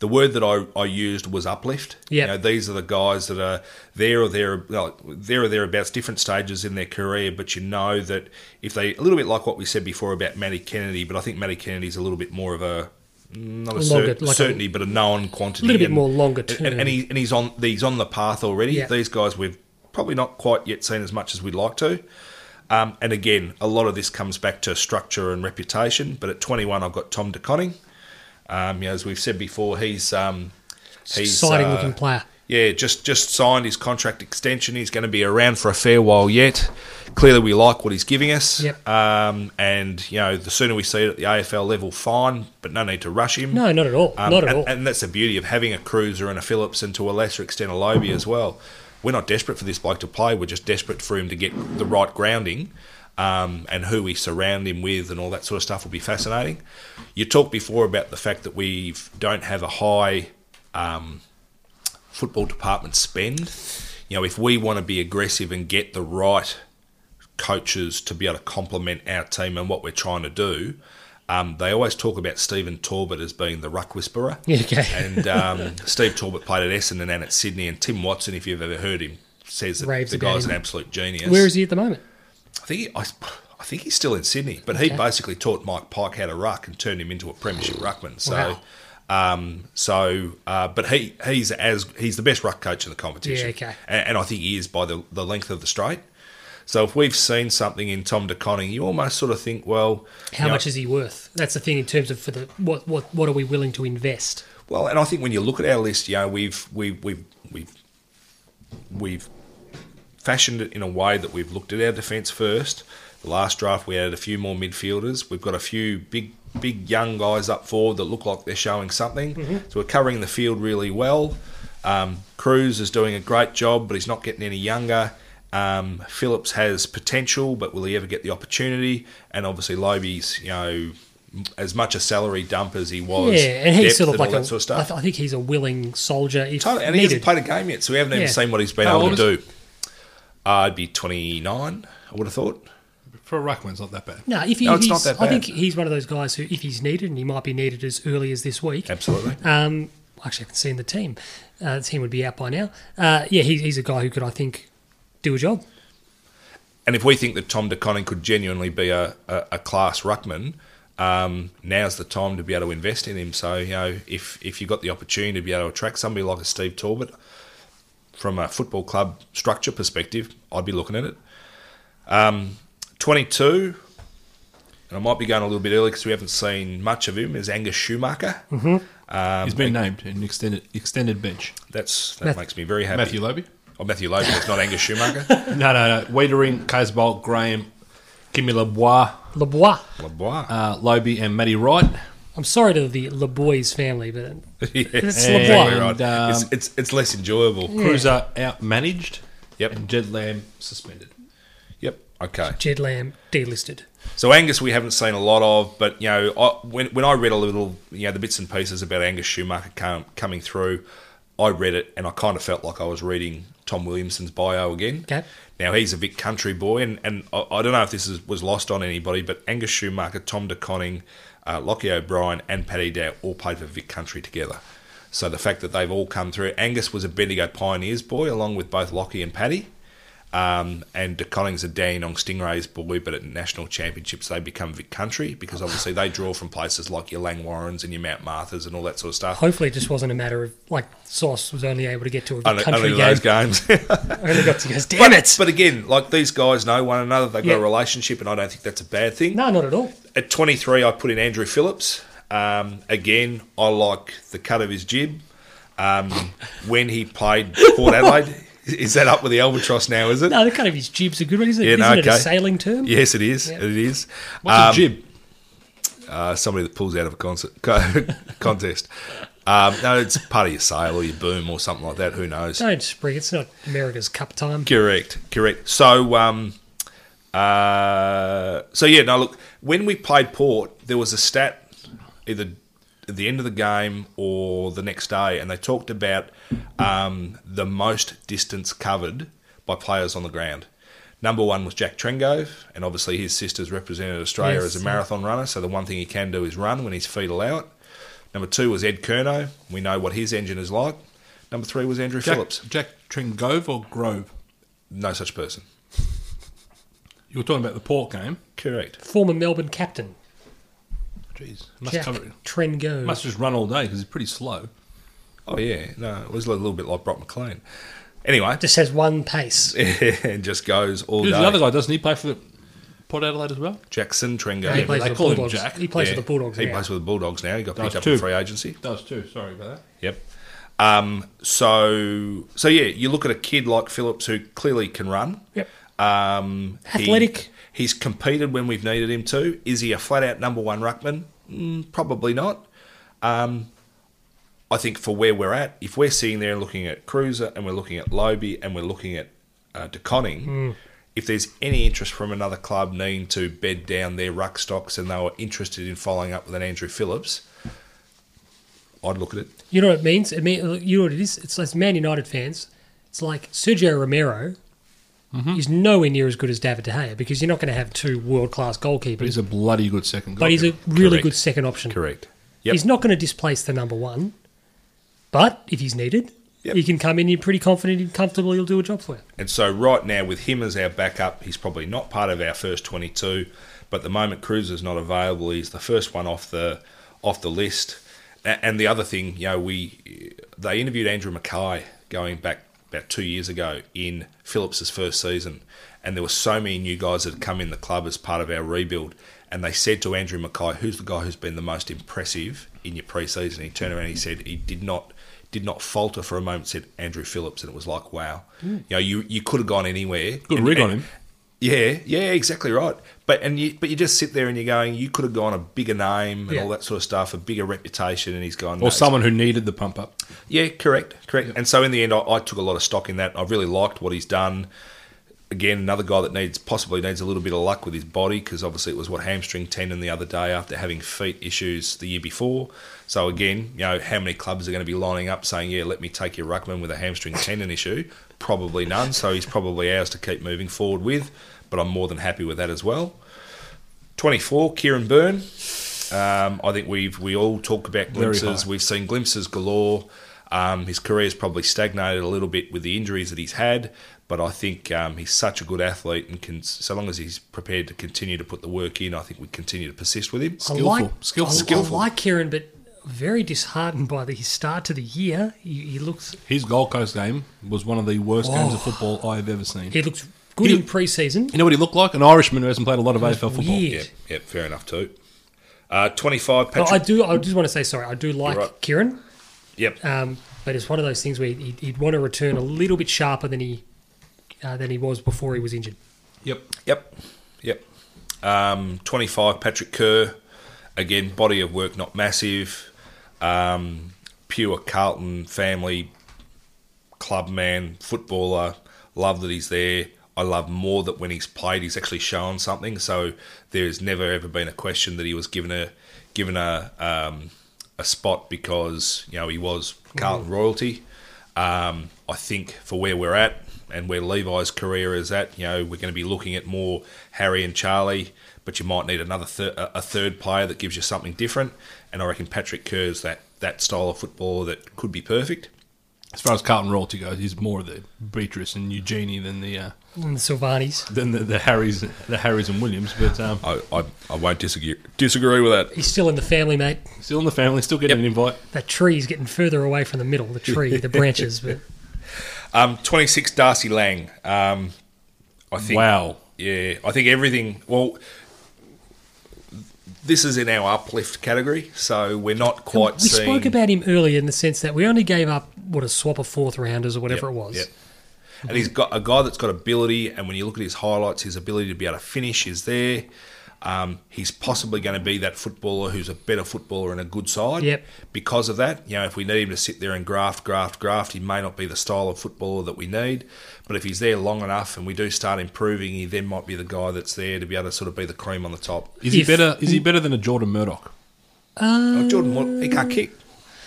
the word that I, I used was uplift. Yep. You know, these are the guys that are there or there well, there or thereabouts, different stages in their career, but you know that if they a little bit like what we said before about Matty Kennedy, but I think Matty Kennedy's a little bit more of a not a Longer, cer- like a- certainty, but a known quantity. Little bit and- more longer and- and- term. and he and he's on he's on the path already. Yeah. These guys we've probably not quite yet seen as much as we'd like to. Um, and again, a lot of this comes back to structure and reputation. But at 21, I've got Tom DeConning. Um, you know, as we've said before, he's um, he's Exciting uh, looking player. yeah, just just signed his contract extension. He's going to be around for a fair while yet. Clearly, we like what he's giving us. Yep. Um, and you know, the sooner we see it at the AFL level, fine. But no need to rush him. No, not at all. Um, not at and, all. and that's the beauty of having a Cruiser and a Phillips and to a lesser extent a Lobie as well. We're not desperate for this bloke to play. We're just desperate for him to get the right grounding um, and who we surround him with and all that sort of stuff will be fascinating. You talked before about the fact that we don't have a high um, football department spend. You know, if we want to be aggressive and get the right coaches to be able to complement our team and what we're trying to do, um, they always talk about Stephen Talbot as being the ruck whisperer. <laughs> Yeah, okay. and um, Steve Talbot played at Essendon and at Sydney, and Tim Watson, if you've ever heard him, says that Raves the about guy's him. an absolute genius. Where is he at the moment? I think he, I, I think he's still in Sydney, but he basically taught Mike Pike how to ruck and turned him into a premiership ruckman. So, um, so, uh, but he he's as he's the best ruck coach in the competition. Yeah, okay. A- and, I think he is by the the length of the straight. So if we've seen something in Tom DeConning, you almost sort of think, well, How you know, much is he worth? That's the thing in terms of for the what what what are we willing to invest? Well, and I think when you look at our list, you know, we've we've we've we've we've fashioned it in a way that we've looked at our defence first. The last draft, we added a few more midfielders. We've got a few big big young guys up forward that look like they're showing something. Mm-hmm. So we're covering the field really well. Um, Cruz is doing a great job, but he's not getting any younger. Um, Phillips has potential, but will he ever get the opportunity? And obviously, Lobie's, you know, as much a salary dump as he was. yeah, and he's depth sort of and all like that a, sort of stuff. I, th- I think he's a willing soldier. If Totally, and he needed. hasn't played a game yet, so we haven't even Yeah. seen what he's been How able old to is he? do. Uh, I'd be 29, I would have thought. For a ruckman, it's not that bad. no, if he, No, it's not he's- that I think bad. he's one of those guys who, if he's needed, and he might be needed as early as this week. Absolutely. Uh. Um, actually, I haven't seen the team. Uh, the team would be out by now. Uh, yeah, he, he's a guy who could, I think, do a job. And if we think that Tom DeConning could genuinely be a, a, a class ruckman, um, now's the time to be able to invest in him. So, you know, if, if you've got the opportunity to be able to attract somebody like a Steve Talbot from a football club structure perspective, I'd be looking at it. Um, 22, and I might be going a little bit early because we haven't seen much of him, is Angus Schumacher. Um, He's been named in extended extended bench. That's that Math- makes me very happy. Matthew Lobe. oh, Matthew Logan, it's not Angus Schumacher. <laughs> No, no, no. Wiedering, Casbolt, Graham, Kimmy Lebois, Lebois. <laughs> Lebois. uh, Lobe, and Matty Wright. I'm sorry to the Lebois family, but yeah, it's And, Lebois. right. um, it's, it's it's less enjoyable. Cruiser out managed. Yep. And Jed Lamb suspended. Yep. Okay. Jed Lamb delisted. So Angus, we haven't seen a lot of, but you know, I, when when I read a little, you know, the bits and pieces about Angus Schumacher com, coming through, I read it and I kind of felt like I was reading Tom Williamson's bio again. Okay. Now he's a Vic Country boy, and, and I, I don't know if this is, was lost on anybody, but Angus Schumacher, Tom DeConning, uh, Lockie O'Brien, and Paddy Dow all played for Vic Country together. So the fact that they've all come through, Angus was a Bendigo Pioneers boy along with both Lockie and Paddy. Um, and DeConning's a Dandenong Stingrays boy, but at national championships they become Vic Country because obviously they draw from places like your Lang Warrens and your Mount Marthas and all that sort of stuff. Hopefully, it just wasn't a matter of like Sauce was only able to get to a Only, country only game. <laughs> those games. only got to goes, damn but, it! but again, like these guys know one another. They've got Yeah. a relationship, and I don't think that's a bad thing. no, not at all. At 23, I put in Andrew Phillips. Um, again, I like the cut of his jib. Um, when he played <laughs> Port Adelaide, is that up with the albatross now? Is it? No, the kind of his jib's a good one, isn't it? Yeah, no, not it a okay. sailing term? Yes, it is. Yeah. It is. What's Um, a jib? uh, somebody that pulls out of a concert <laughs> co- contest. Um, no, it's part of your sail or your boom or something like that. Who knows? Don't spring. It's not America's Cup time. Correct, correct. So, um, uh, so yeah. Now, look, when we played Port, there was a stat either at the end of the game or the next day, and they talked about um, the most distance covered by players on the ground. Number one was Jack Trengove, and obviously his sister's represented Australia Yes, as a yeah. marathon runner, so the one thing he can do is run when his feet allow it. Number two was Ed Kerno. We know what his engine is like. Number three was Andrew Jack, Phillips. Jack Tringove or Grove? No such person. You were talking about the port game. Correct. Former Melbourne captain Jeez, Must Jack cover it. Trengo. must just run all day because it's pretty slow. Oh, yeah. No, it was a little bit like Brock McLean. Anyway, <laughs> Just has one pace. and just goes all Who's day. the other guy? Doesn't he play for Port Adelaide as well? Jackson Trengo. he but plays for they the call him Bulldogs. Jack. He plays for the Bulldogs. He now. plays for the Bulldogs now. He got picked Does up too. in free agency. Does too. Sorry about that. Yep. Um, so so yeah, you look at a kid like Phillips who clearly can run. Yep. Um, he- Athletic. he's competed when we've needed him to. Is he a flat out number one ruckman? Mm, probably not. Um, I think for where we're at, if we're sitting there and looking at Cruiser and we're looking at Lobe and we're looking at uh, DeConning, if there's any interest from another club needing to bed down their ruck stocks and they were interested in following up with an Andrew Phillips, I'd look at it. You know what it means? It mean, you know what it is? It's like Man United fans. It's like Sergio Romero Mm-hmm. is nowhere near as good as David De Gea because you're not going to have two world class goalkeepers. But he's a bloody good second but he's a goalkeeper. really Correct. good second option. Correct. Yep. He's not going to displace the number one, but if he's needed, Yep. he can come in. You're pretty confident and comfortable. He'll do a job for you. And so, right now, with him as our backup, he's probably not part of our first 22. But the moment Cruiser's not available, he's the first one off the off the list. A- And the other thing, you know, we they interviewed Andrew Mackay going back about two years ago in Phillips's first season, and there were so many new guys that had come in the club as part of our rebuild. And they said to Andrew Mackay, "Who's the guy who's been the most impressive in your preseason?" He turned around, and he said, "He did not." did not falter for a moment. Said Andrew Phillips, and it was like, wow, you know, you you could have gone anywhere. Hmm. Good And- rig on and- him. Yeah, yeah, exactly right. But and you but you just sit there and you're going, you could have gone a bigger name and Yeah. all that sort of stuff, a bigger reputation, and he's gone. or someone who needed the pump up. Yeah, correct, correct. And so in the end, I, I took a lot of stock in that. I really liked what he's done. Again, another guy that needs possibly needs a little bit of luck with his body because obviously it was what hamstring tendon the other day after having feet issues the year before. So again, you know how many clubs are going to be lining up saying, "Yeah, let me take your ruckman with a hamstring tendon issue." Probably none. So he's probably ours to keep moving forward with. But I'm more than happy with that as well. 24, Kieran Byrne. Um, I think we've we all talk about glimpses. high. We've seen glimpses galore. Um, his career's probably stagnated a little bit with the injuries that he's had, but I think um, he's such a good athlete, and can, so long as he's prepared to continue to put the work in, I think we continue to persist with him. I like, Skillful. I, Skillful. I like Kieran, but very disheartened by the, his start to the year. He, he looks His Gold Coast game was one of the worst games of football I've ever seen. Oh. he looks good He- in pre-season. You know what he looked like? An Irishman who hasn't played a lot of AFL football. Weird. Yep, yep, fair enough too. Uh, 25, But Patrick. I do. I just want to say sorry. I do like right. Kieran, yep, um, but it's one of those things where he'd, he'd want to return a little bit sharper than he uh, than he was before he was injured. Yep. Yep. Yep. Um, 25, Patrick Kerr. Again, body of work not massive. Um, pure Carlton family, club man, footballer. Love that he's there. I love more that when he's played, he's actually shown something. So there's never ever been a question that he was given a given a um, a spot because you know he was Carlton royalty. Um, I think for where we're at and where Levi's career is at, you know, we're going to be looking at more Harry and Charlie, but you might need another thir- a a third player that gives you something different. And I reckon Patrick Kerr's that that style of footballer that could be perfect. As far as Carlton royalty goes, he's more of the Beatrice and Eugenie than the uh, And Silvani's. than the, the Harrys the Harrys and Williams. But um, I, I, I won't disagree disagree with that. He's still in the family, mate. still in the family, still getting an invite. That tree's getting further away from the middle. The tree, <laughs> the branches. But Um, 26 Darcy Lang. Um, I think. Wow. Yeah, I think everything. Well, this is in our uplift category, so we're not quite. we seeing, spoke about him earlier in the sense that we only gave up what a swap of fourth rounders or whatever Yep, it was. yep. And he's got a guy that's got ability, and when you look at his highlights, his ability to be able to finish is there. Um, he's possibly going to be that footballer who's a better footballer and a good side. Yep. Because of that, you know, if we need him to sit there and graft, graft, graft, he may not be the style of footballer that we need. But if he's there long enough and we do start improving, he then might be the guy that's there to be able to sort of be the cream on the top. Is he If- better? Is he better than a Jordan Murdoch? oh, Jordan, Watt- he can't kick.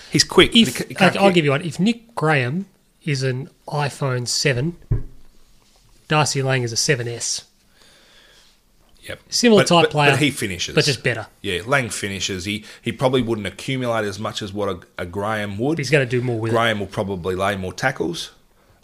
He's quick. Mm. If but he ca- he I, can't I'll kick. give you one, if Nick Graham is an iPhone seven, Darcy Lang is a 7S, Yep. Similar But- type but- player, But he finishes. but just better. Yeah, Lang finishes. He he probably wouldn't accumulate as much as what a, a Graham would. He's going to do more with it. Graham will probably lay more tackles.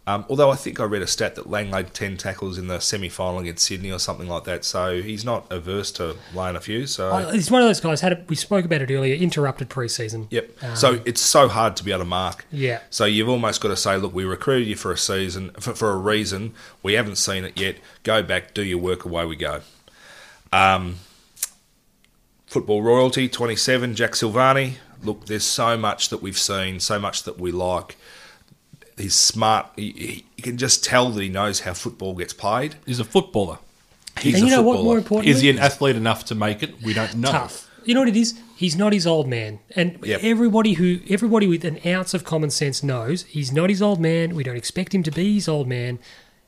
Um, although I think I read a stat that Lang laid 10 tackles in the semi final against Sydney or something like that. So he's not averse to laying a few. So, I- Uh, He's one of those guys. Had a, we spoke about it earlier. Interrupted preseason. yep. so it's so hard to be able to mark. Um, Yeah. So you've almost got to say, look, we recruited you for a season, for, for a reason. We haven't seen it yet. Go back, do your work, away we go. Um, football royalty 27, Jack Silvani. Look, there's so much that we've seen, so much that we like. He's smart. He, he, you can just tell that he knows how football gets played. He's a footballer. He's And you a know what, footballer. more important- Is he an athlete enough to make it? We don't know. Tough. You know what it is? He's not his old man. And Yep. everybody who everybody with an ounce of common sense knows he's not his old man. We don't expect him to be his old man.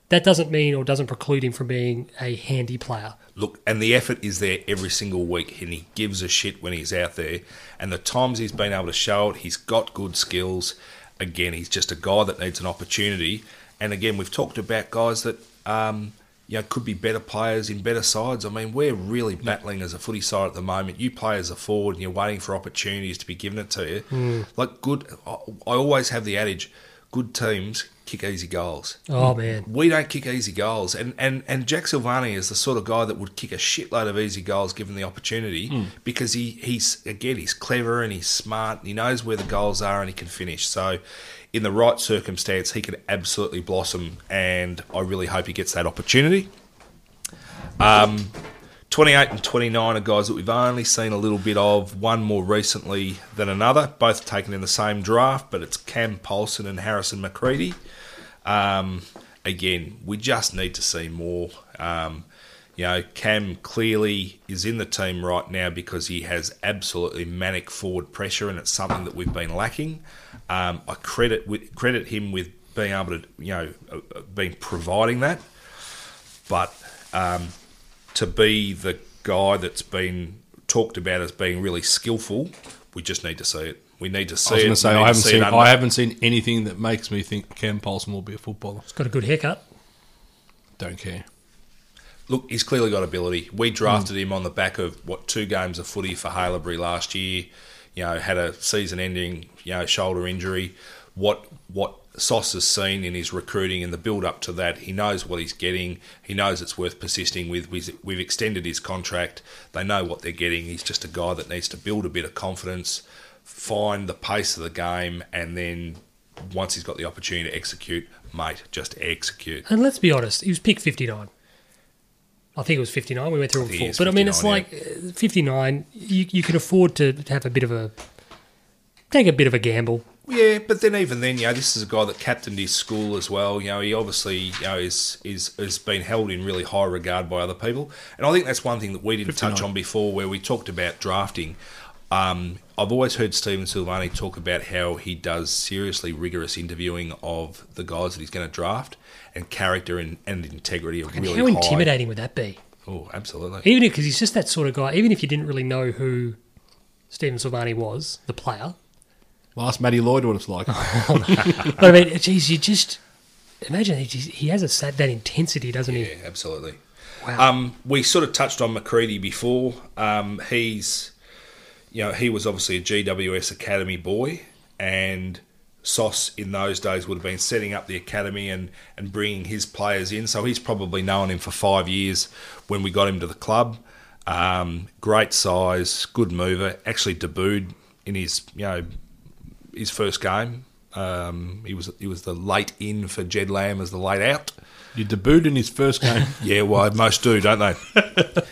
That doesn't mean or doesn't preclude him from being a handy player. Look, and the effort is there every single week, and he gives a shit when he's out there. And the times he's been able to show it, he's got good skills. Again, he's just a guy that needs an opportunity. And again, we've talked about guys that um, you know could be better players in better sides. I mean, we're really battling as a footy side at the moment. You play as a forward, and you're waiting for opportunities to be given it to you. Like good, I I always have the adage: good teams kick easy goals Oh man. we don't kick easy goals, and and and Jack Silvani is the sort of guy that would kick a shitload of easy goals given the opportunity because he he's again he's clever and he's smart, and he knows where the goals are, and he can finish. So, in the right circumstance, he could absolutely blossom, and I really hope he gets that opportunity. Um, 28 and 29 are guys that we've only seen a little bit of, one more recently than another, both taken in the same draft, but it's Cam Polson and Harrison McCready. Um, again, we just need to see more. Um, you know, Cam clearly is in the team right now because he has absolutely manic forward pressure, and it's something that we've been lacking. Um, I credit with, credit him with being able to, you know, uh, uh, being providing that. But um, to be the guy that's been talked about as being really skillful, we just need to see it. We need to see I was it. going We need to to say I haven't see it seen under- I haven't seen anything that makes me think Cam Paulson will be a footballer. He's got a good haircut. Don't care. Look, he's clearly got ability. We drafted him on the back of what two games of footy for Halebury last year. You know, had a season-ending you know shoulder injury. What what Sauce has seen in his recruiting and the build-up to that, he knows what he's getting. He knows it's worth persisting with. We've we've extended his contract. They know what they're getting. He's just a guy that needs to build a bit of confidence, find the pace of the game, and then once he's got the opportunity to execute, mate, just execute. And let's be honest, he was picked 59. I think it was 59. We went through it think before. it's But I mean, it's 59, like uh, 59, you, you can afford to have a bit of a. Take a bit of a gamble. Yeah, but then even then, you know, this is a guy that captained his school as well. You know, he obviously, you know, is is has been held in really high regard by other people, and I think that's one thing that we didn't touch on before, where we talked about drafting. Um, I've always heard Stephen Silvani talk about how he does seriously rigorous interviewing of the guys that he's going to draft, and character and, and integrity are And really how high. intimidating would that be? Oh, absolutely. Even because he's just that sort of guy. Even if you didn't really know who Stephen Silvani was, the <laughs> player, Last Matty Lloyd, what <laughs> it's like. but I mean, geez, you just imagine he, just- he has a sat that intensity, doesn't Yeah, he? absolutely. Wow. Um, we sort of touched on McCready before. Um, he's, you know, he was obviously a GWS Academy boy, and Sauce in those days would have been setting up the academy and and bringing his players in. So he's probably known him for five years when we got him to the club. Um, great size, good mover. Actually debuted in his you know his first game. Um, he was he was the late in for Jed Lamb as the late out. you debuted in his first game. Yeah, well, most do, <laughs> don't they?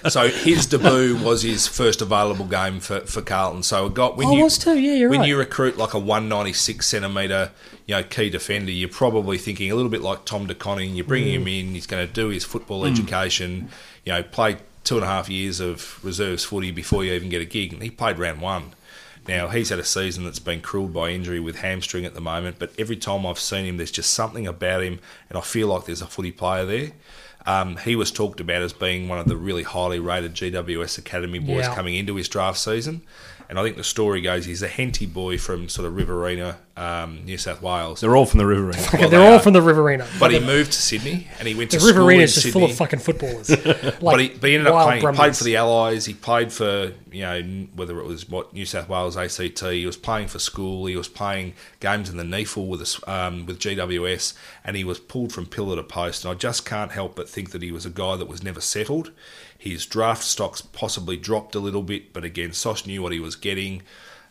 so his debut was his first available game for, for Carlton. So it got when Oh, it you was too, yeah, you're when right. you recruit like a one ninety six centimeter, you know, key defender, you're probably thinking a little bit like Tom DeConning. You're bringing him in. He's going to do his football education. You know, play two and a half years of reserves footy before you even get a gig. And he played round one. Now he's had a season that's been crippled by injury with hamstring at the moment, but every time I've seen him, there's just something about him, and I feel like there's a footy player there. Um, he was talked about as being one of the really highly rated GWS Academy boys Yeah. coming into his draft season, and I think the story goes he's a Henty boy from sort of Riverina um, New South Wales. They're all from the Riverina. Well, they're they all are. from the Riverina. But he moved to Sydney and he went The to school in Riverina is just Sydney. full of fucking <laughs> footballers. Like but, he, but he ended up wild playing. He played Brumbies. for the Allies. He played for you know n- whether it was what New South Wales ACT. He was playing for school. He was playing games in the NEFL with us, um, with GWS, and he was pulled from pillar to post. And I just can't help but think that he was a guy that was never settled. His draft stocks possibly dropped a little bit, but again, Sosh knew what he was getting.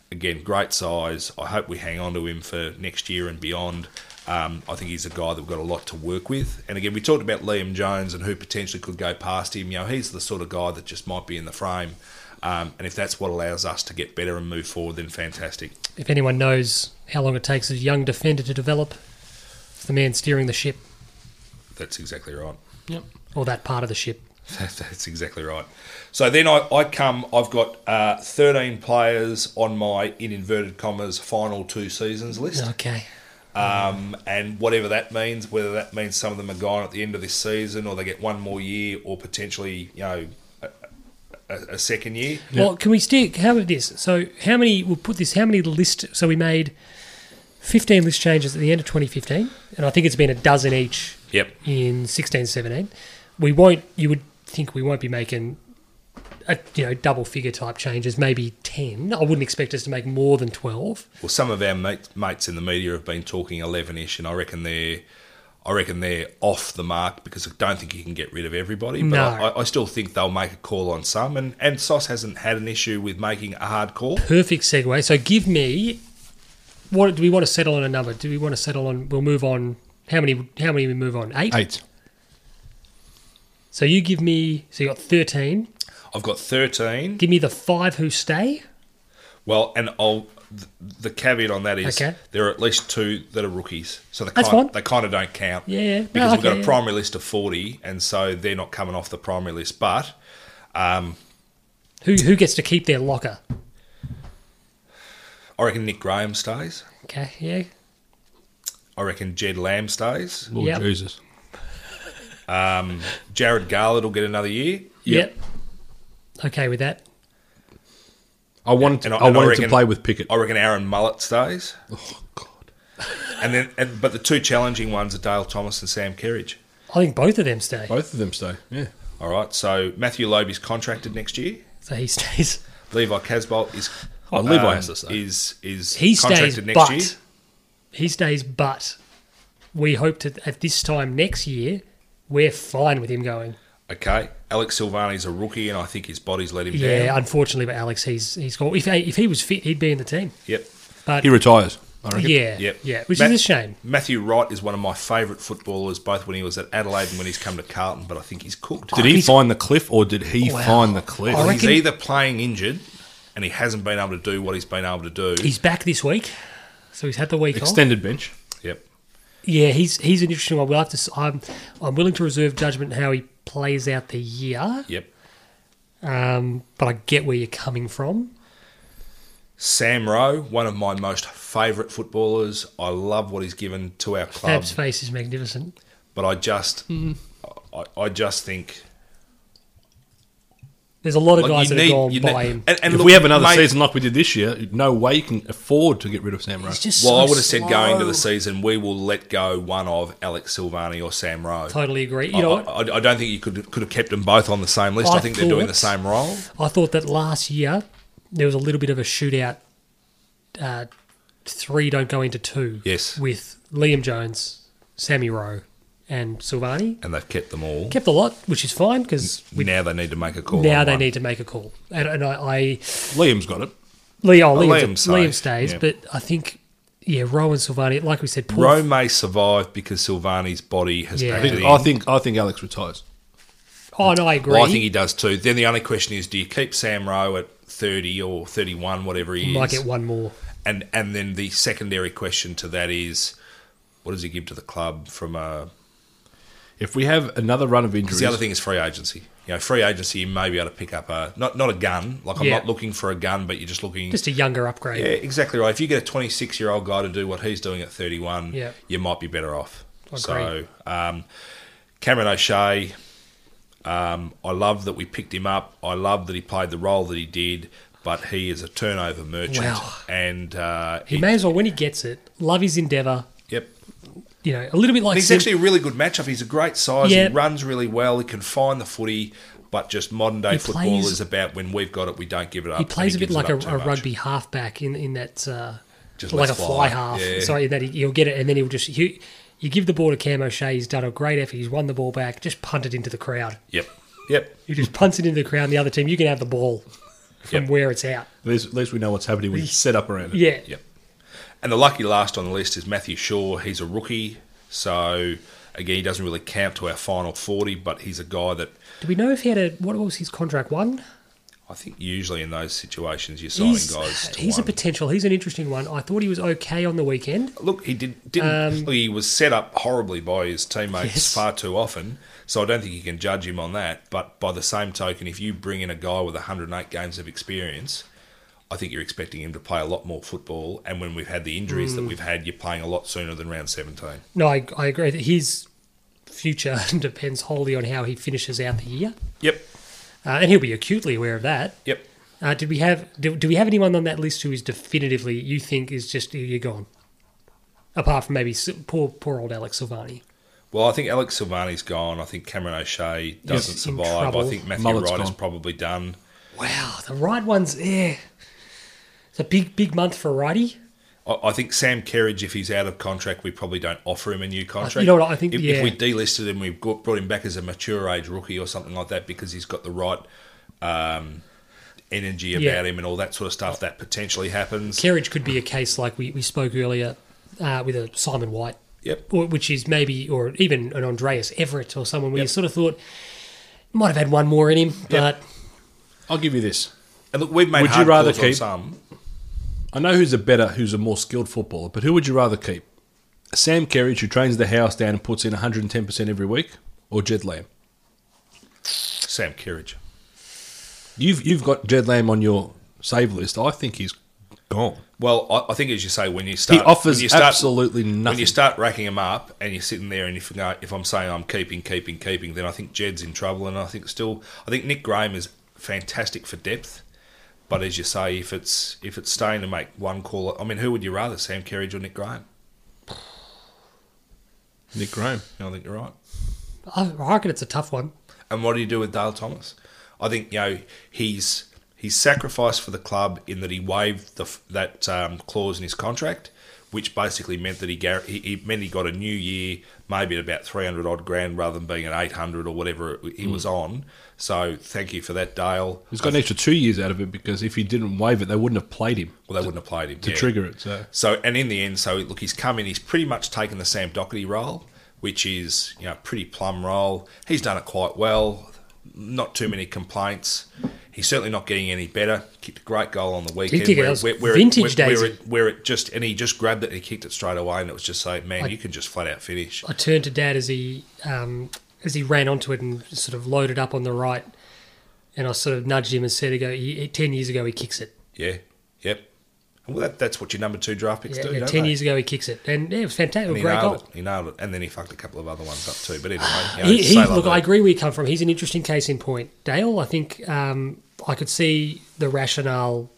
Again, great size. I hope we hang on to him for next year and beyond. Um, I think he's a guy that we've got a lot to work with. And again, we talked about Liam Jones and who potentially could go past him. You know, he's the sort of guy that just might be in the frame. Um, and if that's what allows us to get better and move forward, then fantastic. if anyone knows how long it takes a young defender to develop, it's the man steering the ship That's exactly right. <laughs> or that part of the ship. That- That's exactly right. So then I, I come, I've got uh, 13 players on my, in inverted commas, final two seasons list. Okay. um, and whatever that means, whether that means some of them are gone at the end of this season, or they get one more year, or potentially you know a, a, a second year. Well, can we stick how it is? So, how many? We'll put this. How many list? So we made fifteen list changes at the end of 2015, and I think it's been a dozen each Yep. in 16, 17. We won't. You would think we won't be making. A, you know, double figure type changes, maybe ten. I wouldn't expect us to make more than twelve. Well, some of our mate, mates in the media have been talking eleven-ish, and I reckon they're. I reckon they're off the mark because I don't think you can get rid of everybody. But No. I, I still think they'll make a call on some, and and Sauce hasn't had an issue with making a hard call. Perfect segue. So, give me what do we want to settle on a number? Do we want to settle on? We'll move on. How many? How many we move on? Eight. Eight. So you give me. So you got thirteen. I've got thirteen. Give me the five who stay. Well, and I'll th- the caveat on that is Okay. there are at least two that are rookies, so they That's kind, fine. they kind of don't count. Yeah, yeah. No, because we've okay, got a yeah. primary list of forty, and so they're not coming off the primary list. But Who who gets to keep their locker? I reckon Nick Graham stays. Okay, yeah. I reckon Jed Lamb stays. Lord Yep. Jesus. Jared Garland will get another year. Yep. Okay with that. I wanted to, And I- I, and I wanted reckon- to play with Pickett. I reckon Aaron Mullet stays, Oh, God. and then and, but the two challenging ones are Dale Thomas and Sam Kerridge. I think both of them stay. Both of them stay. Yeah. All right, so Matthew Loby's contracted next year. So he stays. Levi Casbolt is Oh, Levi um, has to stay. is is He contracted stays, next but year. he stays. But we hope to at this time next year we're fine with him going. Okay, Alex Silvani's a rookie, and I think his body's let him Yeah, down. unfortunately, but Alex, he's he's gone. If if he was fit, he'd be in the team. Yep, But He retires, I reckon. yeah, yep, yeah, which Matt- is a shame. Matthew Wright is one of my favourite footballers, both when he was at Adelaide and when he's come to Carlton. But I think he's cooked. Did he find the cliff or did he Wow. find the cliff? I he's reckon- either playing injured, and he hasn't been able to do what he's been able to do. He's back this week, so he's had the week off. Extended bench. yep, Yeah, he's he's an interesting one. We'll have to. s- I'm I'm willing to reserve judgment how he plays out the year, yep. um, but I get where you're coming from. Um, Sam Rowe, one of my most favourite footballers. I love what he's given to our club, Fab's face is magnificent. but I just, I, I just think There's a lot of like, guys you that need- are gone you by need- him. And, and if look, we have another mate, season like we did this year, no way you can afford to get rid of Sam Rowe. He's just Well, so I would have said going into slow. the season, we will let go one of Alex Silvani or Sam Rowe. Totally agree. You know I, what? I, I don't think you could could have kept them both on the same list. I, I think they're doing thought- the same role. I thought that last year there was a little bit of a shootout. Uh, three don't go into two. Yes. with Liam Jones, Sammy Rowe, and Silvani And they've kept them all. kept a lot, which is fine because now they need to make a call. now on they one. need to make a call. And, and I. I Liam's got it. Leo, Liam, Liam Liam, stays, stays, yeah. but I think yeah, Rowe and Silvani, like we said, Paul, Rowe may survive because Silvani's body has. Yeah. Yeah. I I think, I think I think Alex retires. Oh, no, I agree. well, I think he does too. Then the only question is, do you keep Sam Rowe at thirty or thirty-one, whatever he might is? get one more. And and then the secondary question to that is, what does he give to the club from a? If we have another run of injuries, Because the other thing is free agency. You know, free agency, you may be able to pick up a not not a gun. Like I'm Yeah. not looking for a gun, but you're just looking Just a younger upgrade. Yeah, exactly right. If you get a 26 year old guy to do what he's doing at 31, Yeah. you might be better off. Agree. So, um, Cameron O'Shea, um, I love that we picked him up. I love that he played the role that he did. but he is a turnover merchant. Wow. And uh, He may as well, when he gets it, love his endeavour. Yep. You know, a little bit like He's Sim- actually a really good matchup. He's a great size. Yeah. He runs really well. He can find the footy, but just modern day He football plays- is about when we've got it, we don't give it up. he and plays a bit gives it like a, up too a much. rugby halfback in in that uh, Just like a lets fly fly. half. Yeah. Sorry, that he, he'll get it and then he'll just he, you give the ball to Cam O'Shea. He's done a great effort. He's won the ball back. Just punt it into the crowd. Yep. Yep. He <laughs> just punts it into the crowd. And the other team, you can have the ball from Yep. where it's out. At least, at least we know what's happening. We set up around it. Yeah, Yep. And the lucky last on the list is Matthew Shaw. He's a rookie, so again, he doesn't really count to our final 40, but he's a guy that Do we know if he had a what was his contract one? I think usually in those situations you're signing guys to he's one. a potential. He's an interesting one. I thought he was okay on the weekend. Look, he did, didn't. look, he was set up horribly by his teammates Um, Yes. far too often, so I don't think you can judge him on that. But by the same token, if you bring in a guy with 108 games of experience, I think you're expecting him to play a lot more football. And when we've had the injuries Hmm. that we've had, you're playing a lot sooner than round 17. No, I, I agree that his future <laughs> depends wholly on how he finishes out the year, Yep, uh, and he'll be acutely aware of that. yep. Uh, did we have do, do we have anyone on that list who is definitively you think is just you're gone? Apart from maybe s- poor poor old Alex Silvani. Well, I think Alex Silvani's gone. I think Cameron O'Shea doesn't in survive. I trouble. think Matthew Mullet's Wright is gone. probably done. Wow, the right one's there. It's a big big month for righty. I, I think Sam Kerridge, if he's out of contract, we probably don't offer him a new contract. Uh, you know what, I think- if, yeah. if we delisted him, we got, brought him back as a mature age rookie or something like that because he's got the right um, energy about Yeah. him and all that sort of stuff. That potentially happens. Kerridge could be a case like we, we spoke earlier uh, with a Simon White, yep. or, which is maybe or even an Andreas Everett or someone where you sort of thought might have had one more in him, but I'll give you this. And look, we've made Would you hard rather calls on keep- some. I know who's a better, who's a more skilled footballer, but who would you rather keep? Sam Kerridge, who trains the house down and puts in 110% every week, or Jed Lamb? Sam Kerridge. You've, you've got Jed Lamb on your save list. I think he's gone. Well, I, I think as you say, when you start, offers when you start, absolutely When nothing. you start racking him up, and you're sitting there, and if you know, if I'm saying I'm keeping, keeping, keeping, then I think Jed's in trouble, and I think still, I think Nick Graham is fantastic for depth. But as you say, if it's if it's staying to make one call, I mean, who would you rather, Sam Kerridge or Nick Graham? Nick Graham. I think you're right. I, I reckon it's a tough one. And what do you do with Dale Thomas? I think you know he's he's sacrificed for the club in that he waived the, f- that um, clause in his contract, which basically meant that he, gar- he he meant he got a new year, maybe at about three hundred odd grand rather than being at eight hundred or whatever it, he was on. So thank you for that, Dale. Mm. He's got an extra two years out of it because if he didn't waive it, they wouldn't have played him Well, they wouldn't have played him to trigger uh, it. So So, and in the end, so look, he's come in. He's pretty much taken the Sam Doherty role, which is you know a pretty plum role. He's done it quite well. Not too many complaints. He's certainly not getting any better. Kicked a great goal on the weekend. kick it. That was vintage it, where, Daisy. it, where it just and he just grabbed it and he kicked it straight away, and it was just like, man, you can just flat out finish. I turned to Dad as he um, as he ran onto it and sort of loaded up on the right, and I sort of nudged him and said, "Ago, he, ten years ago he kicks it. Yeah, yep. Well, that, that's what your number two draft picks Yeah, do. yeah, don't ten they? years ago he kicks it, and yeah, it was fantastic, And he great nailed goal." it. He nailed it, and then he fucked a couple of other ones up too. <sighs> But anyway, you know, He, say he, like look, that. I agree where you come from. He's an interesting case in point. Dale, I think um, I could see the rationale.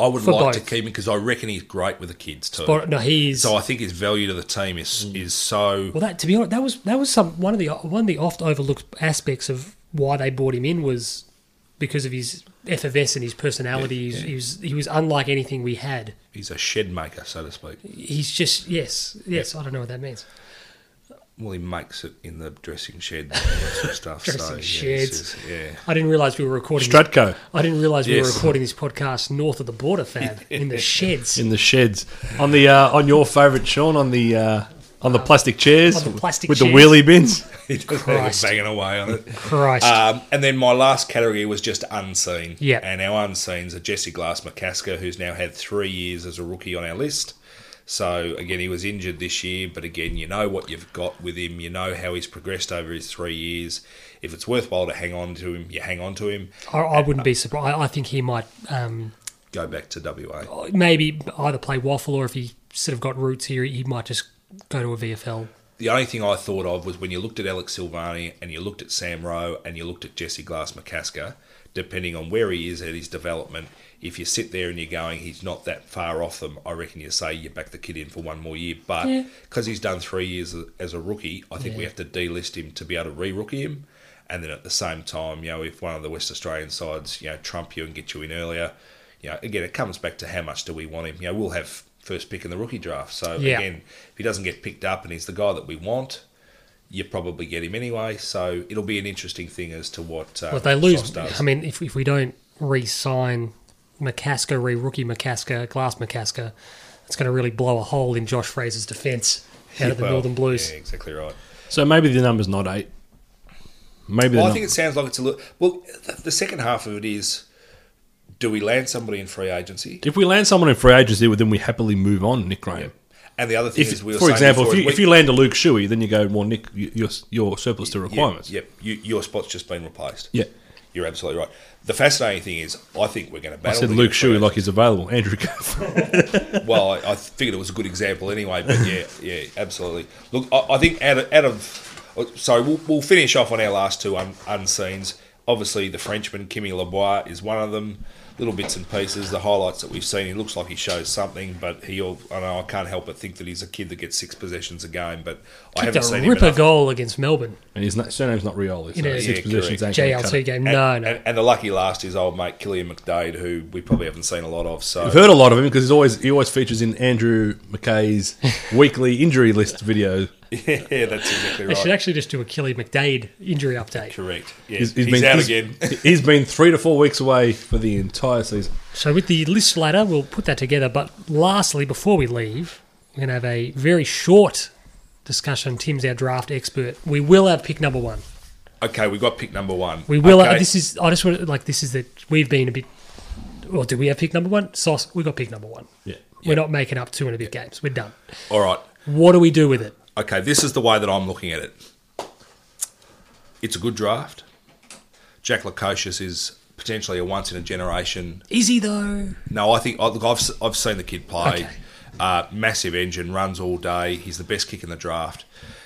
I would for like to both. keep him because I reckon he's great with the kids too. But no, he's So I think his value to the team is Mm. is so well. That to be honest, that was that was some one of the one of the oft overlooked aspects of why they brought him in was because of his effervescence, his personality. He's- He was he was unlike anything we had. he's a shed maker, so to speak. He's just yes, yes. I don't know what that means. Well, he makes it in the dressing shed and all that sort <laughs> of stuff. so, Dressing yeah, sheds. it's just- yeah. <laughs> I didn't realize we were recording. this- Stratco I didn't realize we were Yes. recording this podcast north of the border, Fab, in the sheds, in the sheds on the uh, on your favourite Sean on the uh, on the plastic chairs On the plastic with chairs. the wheelie bins. He just Christ. banging away on it. Christ. Um, and then my last category was just unseen. Yeah. And our unseens are Jesse Glass McCasker, who's now had three years as a rookie on our list. So again, he was injured this year, but again, you know what you've got with him. You know how he's progressed over his three years. If it's worthwhile to hang on to him, you hang on to him. I, I wouldn't be surprised. I, I think he might um, Go back to WA. maybe either play waffle or if he sort of got roots here, he might just go to a VFL. the only thing I thought of was when you looked at Alex Silvani and you looked at Sam Rowe and you looked at Jesse Glass McCasker, depending on where he is at his development. If you sit there and you're going, he's not that far off them. I reckon you say you back the kid in for one more year, but Yeah. because he's done three years a- as a rookie, I think we have to delist him to be able to re-rookie him. And then at the same time, you know, if one of the West Australian sides, you know, trump you and get you in earlier, you know, again, it comes back to how much do we want him. You know, we'll have first pick in the rookie draft. So Yeah. again, if he doesn't get picked up and he's the guy that we want, you probably get him anyway. So it'll be an interesting thing as to what. Uh, Well, if they lose, Soss does. I mean, if, if we don't re-sign McCasker, re-rookie McCasker, Glass McCasker, it's going to really blow a hole in Josh Fraser's defence out of the Well, Northern Blues. Yeah, exactly right. So maybe the number's not eight. Maybe the Well, I num- think it sounds like it's a little. Well, th- the second half of it is do we land somebody in free agency? if we land someone in free agency, well, then we happily move on, Nick Graham. And the other thing If, is, we were for saying example, before, if you, we- if you land a Luke Shuey, then you go, well, Nick, you- you're, you're surplus to Yeah, requirements. Yep, you, your spot's just been replaced. Yeah. You're absolutely right. The fascinating thing is, I think we're going to I battle. said the Luke free Shuey like he's available. Andrew Goff. well, I, I figured it was a good example anyway. But yeah, yeah, absolutely. Look, I, I think out of, out of oh, sorry, we'll, we'll finish off on our last two un, unseens. Obviously, the Frenchman Kimi Lebois is one of them. Little bits and pieces, the highlights that we've seen. He looks like he shows something, but he. all I know I can't help but think that he's a kid that gets six possessions a game. But I Kicked haven't a seen him. ripper enough. goal against Melbourne. and his na- surname's not Rioli. So You know, six yeah, positions ain't gonna cut JLT it. game. And, No, no. And, and the lucky last is old mate Killian McDade, who we probably haven't seen a lot of. So <laughs> <laughs> I've heard a lot of him because he's always he always features in Andrew McKay's <laughs> weekly injury list video. yeah, that's exactly They should right. actually just do a Kelly McDade injury update. Correct. Yeah, He's- he's, he's out he's- again. <laughs> he's been three to four weeks away for the entire season. So with the list ladder, we'll put that together. But lastly, before we leave, we're going to have a very short discussion. Tim's our draft expert. We will have pick number one. Okay, we got pick number one. We will. uh, Okay. this is. I just want to, like this is that we've been a bit. Well, do we have pick number one? Sauce. We got pick number one. Yeah. We're not making up two and a bit games. We're done. all right. What do we do with it? Okay, this is the way that I'm looking at it. It's a good draft. Jack Lacocious is potentially a once in a generation. Is he though? No, I think I- look, I've s- I've seen the kid play. Okay. Uh, massive engine, runs all day. He's the best kick in the draft.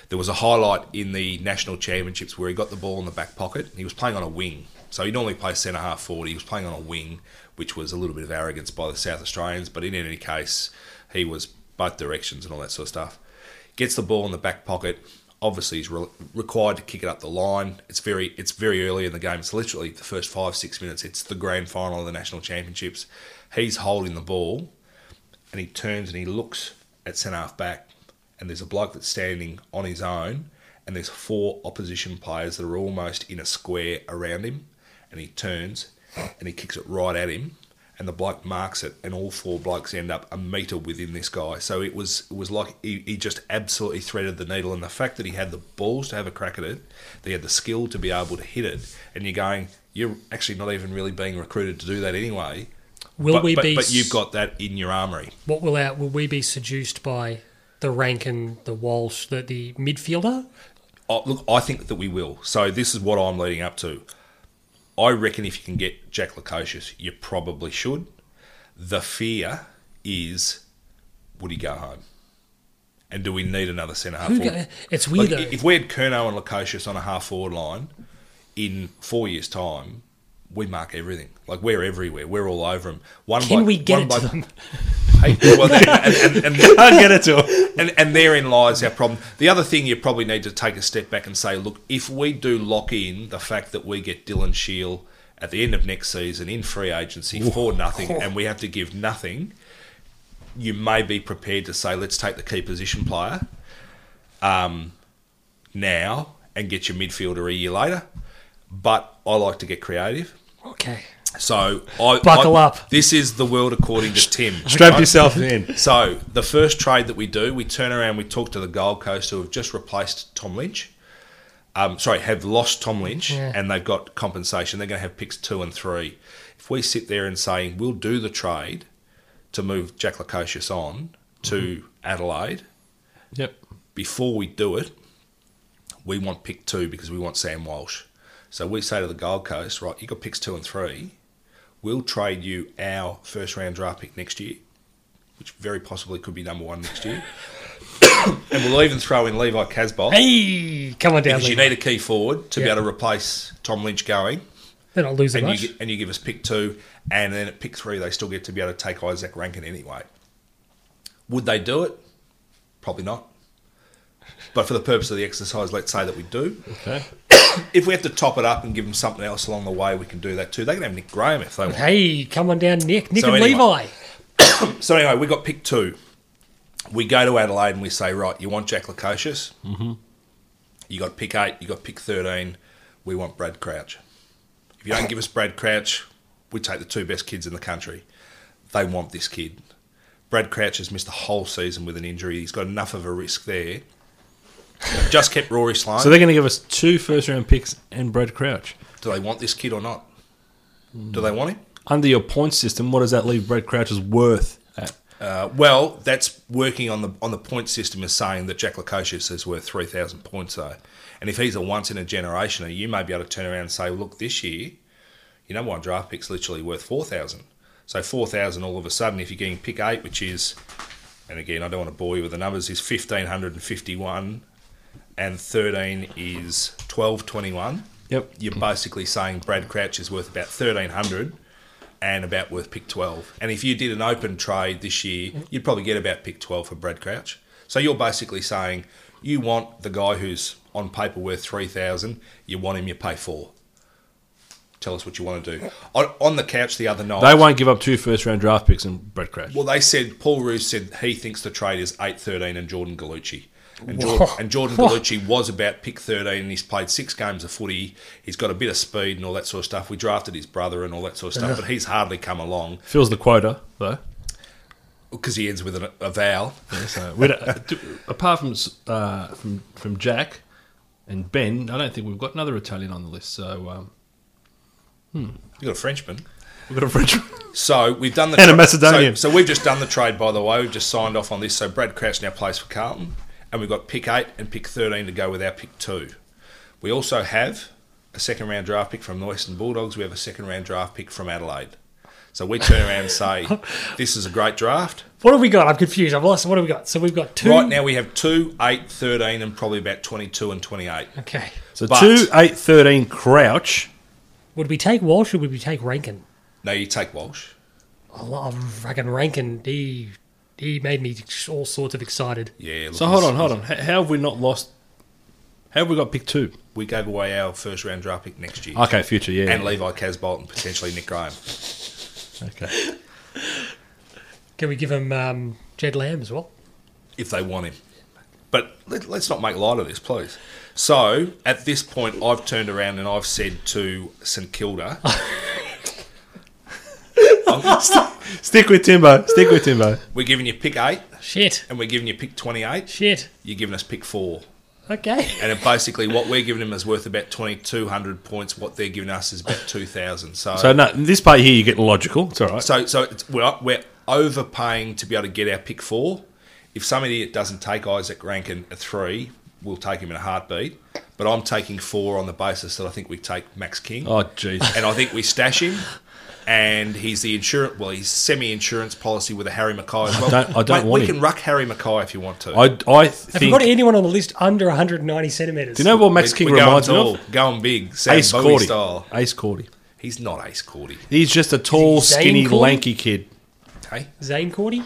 There was a highlight in the national championships where he got the ball in the back pocket. He was playing on a wing, so he normally plays centre half forward. He was playing on a wing, which was a little bit of arrogance by the South Australians. But in any case, he was both directions and all that sort of stuff. Gets the ball in the back pocket. Obviously, he's re- required to kick it up the line. It's very it's very early in the game. It's literally the first five six minutes. It's the grand final of the national championships. He's holding the ball and he turns and he looks at centre half back, and there's a bloke that's standing on his own, and there's four opposition players that are almost in a square around him, and he turns and he kicks it right at him, and the bloke marks it, and all four blokes end up a metre within this guy. So it was it was like he, he just absolutely threaded the needle, and the fact that he had the balls to have a crack at it, that he had the skill to be able to hit it, and you're going, you're actually not even really being recruited to do that anyway. Will but, we but, be? But you've got that in your armoury. What will our, Will we be seduced by the Rankin, the Walsh, the the midfielder? Oh, look, I think that we will. So this is what I'm leading up to. I reckon if you can get Jack Lacocious, you probably should. The fear is, would he go home? And do we need another centre half? Who forward? go- it's weird Like, though. if we had Kerno and Lacocious on a half forward line in four years' time, we mark everything. Like we're everywhere. We're all over them. One Can by- we get one it by- to them? <laughs> Hey, well, <laughs> and, and, and, Can't get it to him. and, and therein lies our problem. The other thing you probably need to take a step back and say, look, if we do lock in the fact that we get Dylan Sheil at the end of next season in free agency for nothing, and we have to give nothing, you may be prepared to say, let's take the key position player um, now and get your midfielder a year later. But I like to get creative. Okay. So I Buckle I- up. This is the world according to Tim. Strap Right? yourself in. So the first trade that we do, we turn around, we talk to the Gold Coast who have just replaced Tom Lynch. Um, sorry, have lost Tom Lynch, Yeah. and they've got compensation. They're going to have picks two and three. If we sit there and say we'll do the trade to move Jack Lacocious on to Adelaide Yep. before we do it, we want pick two because we want Sam Walsh. So we say to the Gold Coast, right, you got picks two and three. We'll trade you our first round draft pick next year, which very possibly could be number one next year. <coughs> and we'll even throw in Levi Casbolt Hey, come on down. because you Lee. need a key forward to Yeah. be able to replace Tom Lynch going. They're not losing and much. you, gi- and you give us pick two, and then at pick three, they still get to be able to take Isaac Rankin anyway. Would they do it? Probably not. But for the purpose of the exercise, let's say that we do. Okay. If we have to top it up and give them something else along the way, we can do that too. They can have Nick Graham if they want. hey, come on down, Nick. Nick So and anyway. Levi. So anyway, we got pick two. We go to Adelaide and we say, right, you want Jack Lukosius? Mm-hmm. You got pick eight. You got pick thirteen. We want Brad Crouch. If you don't give us Brad Crouch, we take the two best kids in the country. They want this kid. Brad Crouch has missed the whole season with an injury. He's got enough of a risk there. Just kept Rory Sloan. So they're going to give us two first round picks and Brad Crouch. Do they want this kid or not? Do they want him? Under your point system, what does that leave Brad Crouch's worth at? Uh, well, that's working on the on the point system is saying that Jack Lukosius is worth three thousand points though, and if he's a once in a generationer, you may be able to turn around and say, look, this year your number one draft pick's literally worth four thousand. So four thousand all of a sudden, if you're getting pick eight, which is, and again, I don't want to bore you with the numbers, is fifteen hundred and fifty-one, and thirteen is twelve twenty-one. Yep. You're basically saying Brad Crouch is worth about thirteen hundred and about worth pick 12. And if you did an open trade this year, you'd probably get about pick 12 for Brad Crouch. So you're basically saying you want the guy who's on paper worth 3,000, you want him, you pay four. Tell us what you want to do. On, on the couch the other night, They won't give up two first round draft picks and Brad Crouch. well, they said Paul Roos said he thinks the trade is eight thirteen and Jordan Gallucci. And Jordan, and Jordan Gallucci was about pick 13 and he's played six games of footy. He's got a bit of speed and all that sort of stuff. We drafted his brother and all that sort of stuff, but he's hardly come along Fills the quota, though. because he ends with an, a vowel. <laughs> So we don't- uh, do- apart from uh, from from Jack and Ben, I don't think we've got another Italian on the list. So um, You got a Frenchman. we've got a French. So we've done the And a Macedonian. So, so we've just done the trade, by the way. We've just signed off on this. So Brad Crouch now plays for Carlton, and we've got pick eight and pick thirteen to go with our pick two. We also have a second round draft pick from the Western Bulldogs. We have a second round draft pick from Adelaide. So we turn around and <laughs> say, "This is a great draft." What have we got? I'm confused. I've lost. What have we got? So we've got two. Right now we have two, eight, thirteen, and probably about twenty-two and twenty-eight. Okay. So But- two eight thirteen Crouch. Would we take Walsh or would we take Rankin? Now you take Walsh. I love fucking Rankin. He, he made me all sorts of excited. Yeah. look, So hold he's- on, hold on. H- How have we not lost? How have we got pick two? We gave away our first round draft pick next year, Okay, future, yeah. and Levi Casbolt and potentially Nick Graham. okay. <laughs> Can we give him um, Jed Lamb as well? if they want him. But let, let's not make light of this, please. So at this point, I've turned around and I've said to St Kilda, Stick with Timbo. Stick with Timbo. "We're giving you pick eight, Shit. and we're giving you pick twenty-eight. Shit. You're giving us pick four, Okay. and it basically what we're giving them is worth about twenty-two hundred points. What they're giving us is about two thousand. So, <laughs> So so, no, this part here you get logical. It's all right. so, it's, we're we're overpaying to be able to get our pick four. If some idiot doesn't take Isaac Rankin at three, we'll take him in a heartbeat. But I'm taking four on the basis that I think we take Max King. oh jeez. and I think we stash him. And he's the insurance, well, he's semi-insurance policy with a Harry Mackay as well. don't- I don't Mate, want we him. can ruck Harry Mackay if you want to. I I Have you got think. anyone on the list under 190 centimeters? You know what Max We- King we're going reminds me tall, of? Going big, Sam Ace Bowie Cordy. style. Ace Cordy. He's not Ace Cordy. He's just a tall, Zane skinny, Cordy? lanky kid. Hey, Zane Cordy?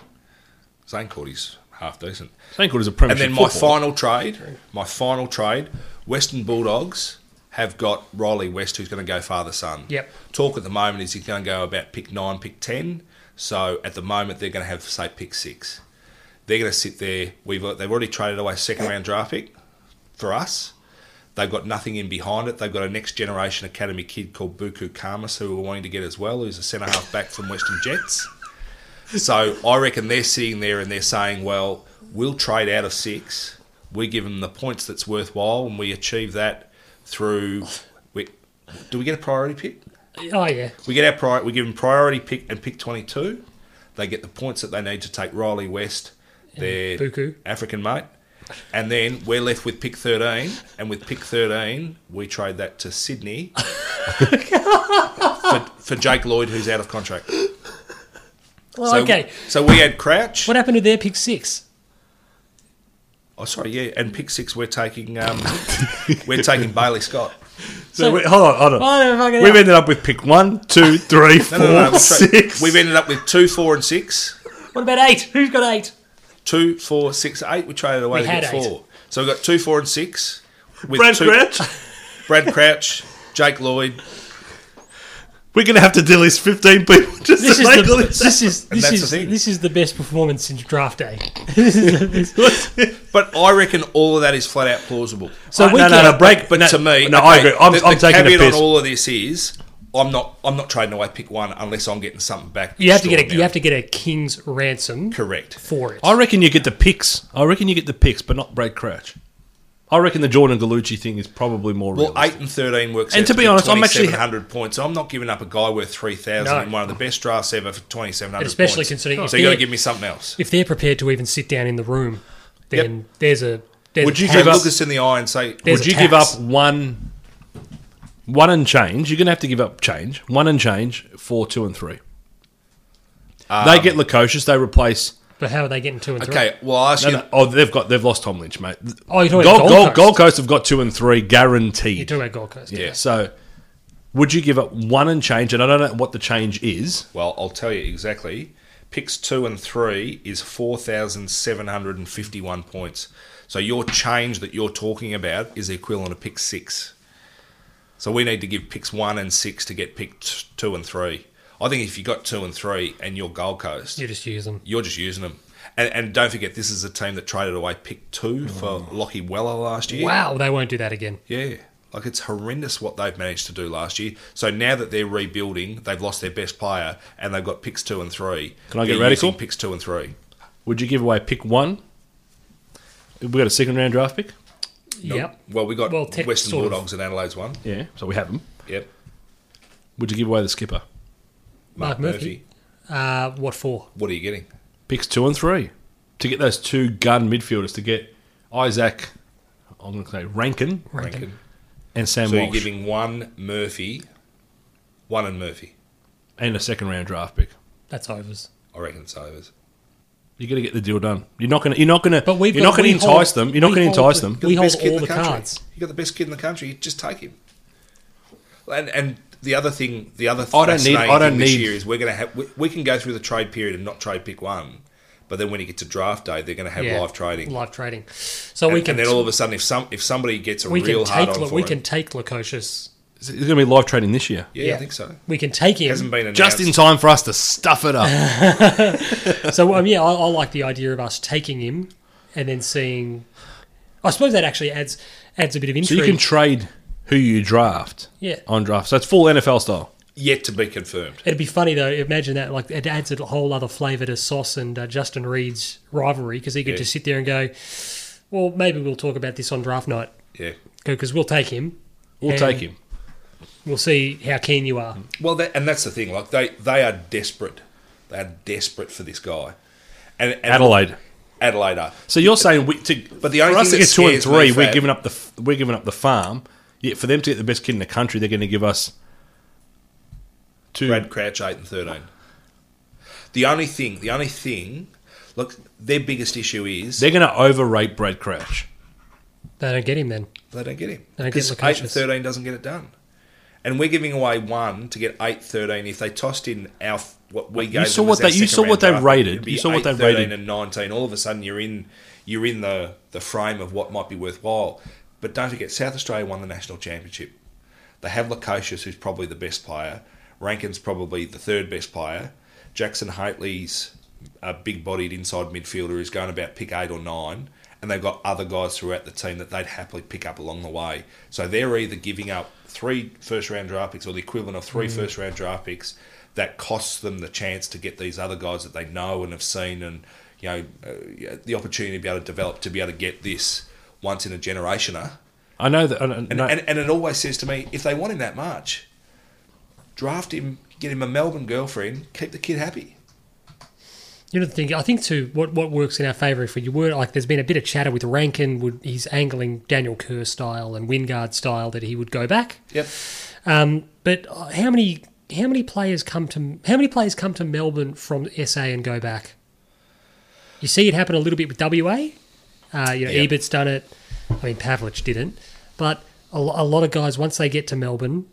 Zane Cordy's half decent. Zane Cordy's a premiership And then my footballer. final trade, my final trade, Western Bulldogs have got Riley West, who's going to go father son. Yep. Talk at the moment is he's going to go about pick nine, pick ten. So at the moment they're going to have say pick six. They're going to sit there. We've they've already traded away second round draft pick for us. They've got nothing in behind it. They've got a next generation academy kid called Buku Karmas who we're wanting to get as well, who's a centre half back from Western Jets. So I reckon they're sitting there and they're saying, well, we'll trade out of six. We give them the points that's worthwhile, and we achieve that through. We, do we get a priority pick? Oh, yeah. We get our prior, We give them priority pick and pick twenty-two. They get the points that they need to take Riley West, their Buku. African mate, and then we're left with pick thirteen. And with pick thirteen, we trade that <laughs> to Sydney for, for Jake Lloyd, who's out of contract. Well, So- okay. So we had Crouch. What happened to their pick six? <laughs> Oh, sorry, yeah, and pick six, we're taking um, we're taking Bailey Scott. So, wait, hold on, hold on. I don't fucking We've know. ended up with pick one, <laughs> two, three, four, No, no, no. so six. Um, We've ended up with two, four, and six. What about eight? Who's got eight? Two, four, six, eight. We traded away We to had get eight. four. So we've got two, four, and six. With Brad two- Crouch. Brad Crouch, Jake Lloyd. We're going to have to deal with 15 people This just <laughs> to is, make the, all this. this is this that's is the thing. this is the best performance since draft day. <laughs> This is the best- But I reckon all of that is flat out plausible. so Oh, we no, can, no, no, break. But no, to me, no, I okay, agree. I'm, the, I'm the taking a caveat piss. on all of this is I'm not I'm not trading away pick one unless I'm getting something back. You have to get a extraordinary. you have to get a king's ransom correct. for it. I reckon you get the picks. I reckon you get the picks, but not Brad Crouch. I reckon the Jordan Galucci thing is probably more Well, real. eight and thirteen works. And out to be honest, I'm actually- hundred points. I'm not giving up a guy worth three thousand No. in one of the best drafts ever for twenty seven hundred. Especially considering if so you got to they're- give me something else. If they're prepared to even sit down in the room, then there's a there's Would a you So tax. give up- look us in the eye and say, There's Would a you give tax. up one, one and change? You're going to have to give up change, one and change for two and three. they Um, get Lacocious. They replace. But how are they getting two and three? "Okay, well, I ask No, you, no, oh, they've got they've lost Tom Lynch, mate. Oh, you're talking about Gold, Gold, Gold Gold, Coast. Coast have got two and three guaranteed. You're talking about Gold Coast. Yeah. So, would you give up one and change? And I don't know what the change is. well, I'll tell you exactly. Picks two and three is four thousand seven hundred and fifty one points. So your change that you're talking about is the equivalent of pick six. So we need to give picks one and six to get pick t- two and three. I think if you got two and three and you're Gold Coast, You just use them. You're just using them. And, and don't forget, this is a team that traded away pick two Mm. for Lockie Weller last year. Wow, they won't do that again. Yeah. Like, it's horrendous what they've managed to do last year. So now that they're rebuilding, they've lost their best player and they've got picks two and three. Can I get They're radical? using Picks two and three. Would you give away pick one? We got a second round draft pick. Yep. Well, we got Well, tech- Western sort of. Bulldogs and Adelaide's one. Yeah, so we have him. Yep. Would you give away the skipper? Mark Murphy. Uh, what for? What are you getting? Picks two and three to get those two gun midfielders to get Isaac. I'm going to say Rankin Rankin. Rankin. and Sam So Walsh, you're giving one Murphy, one and Murphy. and a second round draft pick. That's overs. I reckon it's overs. You got to get the deal done. You're not going to. You're not going to. But we've You're got- not going we to entice hold- them. You're not we going to hold entice the- them. You've We got hold best kid in all the country. cards. You got the best kid in the country. Just take him. And and the other thing, the other I don't need- fascinating I don't thing this need- year is we're gonna have we, we can go through the trade period and not trade pick one, but then when you get to draft day, they're gonna have live trading. Live trading. So we and, can and then all of a sudden, if some if somebody gets a we real can hard take on Lo- for we him, can take Lacocious. It's going to be live trading this year, yeah, I think so. We can take him. Hasn't been announced. just in time for us to stuff it up. So um, yeah, I, I like the idea of us taking him and then seeing. I suppose that actually adds adds a bit of so intrigue. you can trade who you draft. Yeah. on draft. So it's full NFL style. yet to be confirmed. It'd be funny though. Imagine that. Like it adds a whole other flavour to Sauce and uh, Justin Reed's rivalry because he could Yeah. just sit there and go, "Well, maybe we'll talk about this on draft night Yeah. because we'll take him. We'll And- take him. We'll see how keen you are." Well, that, and that's the thing. Like they they are desperate. They are desperate for this guy. And, and Adelaide. Adelaide are. So you're saying we to, But the only for us to thing get that two and scares me, three, we're Fab- giving up the f- we're giving up the farm. Yet for them to get the best kid in the country, they're going to give us two. Brad Crouch eight and thirteen. The only thing, the only thing, look, their biggest issue is They're going to overrate Brad Crouch. They don't get him then. they don't get him. They don't get Because eight and Lukacius. thirteen doesn't get it done, and we're giving away one to get eight thirteen. If they tossed in our what we gave, saw them what as our they- you second saw round what they draft, rated. it'd be You saw what they 8, 13 rated. and nineteen. All of a sudden, you're in you're in the the frame of what might be worthwhile. But don't forget, South Australia won the national championship. They have Lukosius, who's probably the best player. Rankin's probably the third best player. Jackson Haitley's a big-bodied inside midfielder who's going about pick eight or nine, and they've got other guys throughout the team that they'd happily pick up along the way. So they're either giving up three first-round draft picks or the equivalent of three first-round draft picks that costs them the chance to get these other guys that they know and have seen and you know uh, yeah, the opportunity to be able to develop to be able to get this once in a generationer. I know that. I don't- And, no, and, and it always says to me, if they want him that much, draft him, get him a Melbourne girlfriend, keep the kid happy. You know the thing. I think too. What what works in our favour if you were like, there's been a bit of chatter with Rankin. Would he's angling Daniel Kerr style and Wingard style that he would go back? Yep. Um, but uh, how many how many players come to how many players come to Melbourne from SA and go back? You see it happen a little bit with WA. Uh, you know, Yep. Ebert's done it. I mean, Pavlich didn't, but a, lo- a lot of guys once they get to Melbourne,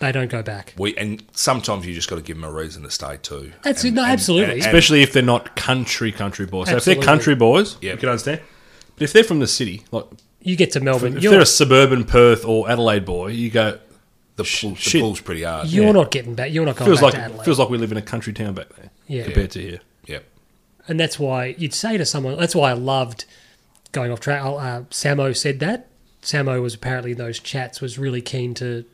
they don't go back. We and sometimes you just got to give them a reason to stay too. That's and, it. No, and- absolutely. and- and- especially if they're not country country boys. So if Absolutely. they're country boys, Yeah. you can understand. But if they're from the city, like You get to Melbourne, if you're they're a suburban Perth or Adelaide boy, you go the, pull, the shit. pull's pretty hard. you're yeah. not getting back. You're not going feels back like to Adelaide. feels like we live in a country town back there Yeah. compared to here. Yep. and that's why you'd say to someone. That's why I loved going off track. I'll, Uh, Samo said that. Samo was apparently in those chats was really keen to.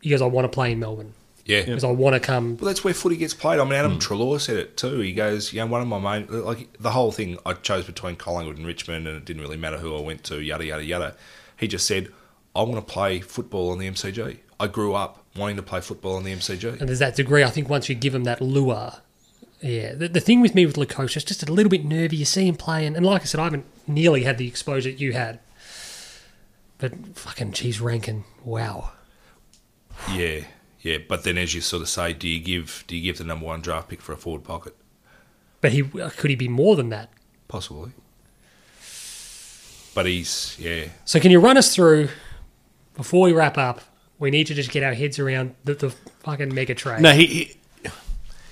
He goes, I want to play in Melbourne Yeah. because I want to come. Well, that's where footy gets played. I mean, Adam Trelaw said it too. He goes, you know, one of my main, like the whole thing, I chose between Collingwood and Richmond, and it didn't really matter who I went to, yada, yada, yada. He just said, I want to play football on the MCG. I grew up wanting to play football on the MCG. And there's that degree. I think once you give him that lure, yeah. The, the thing with me with Lukosh is just a little bit nervy. You see him playing, and like I said, I haven't nearly had the exposure that you had. But fucking, geez, Rankin, wow. Yeah, yeah. But then, as you sort of say, do you give do you give the number one draft pick for a forward pocket? But he uh, could he be more than that? Possibly. But he's yeah. So can you run us through before we wrap up? We need to just get our heads around the, the fucking mega trade. No, he, he-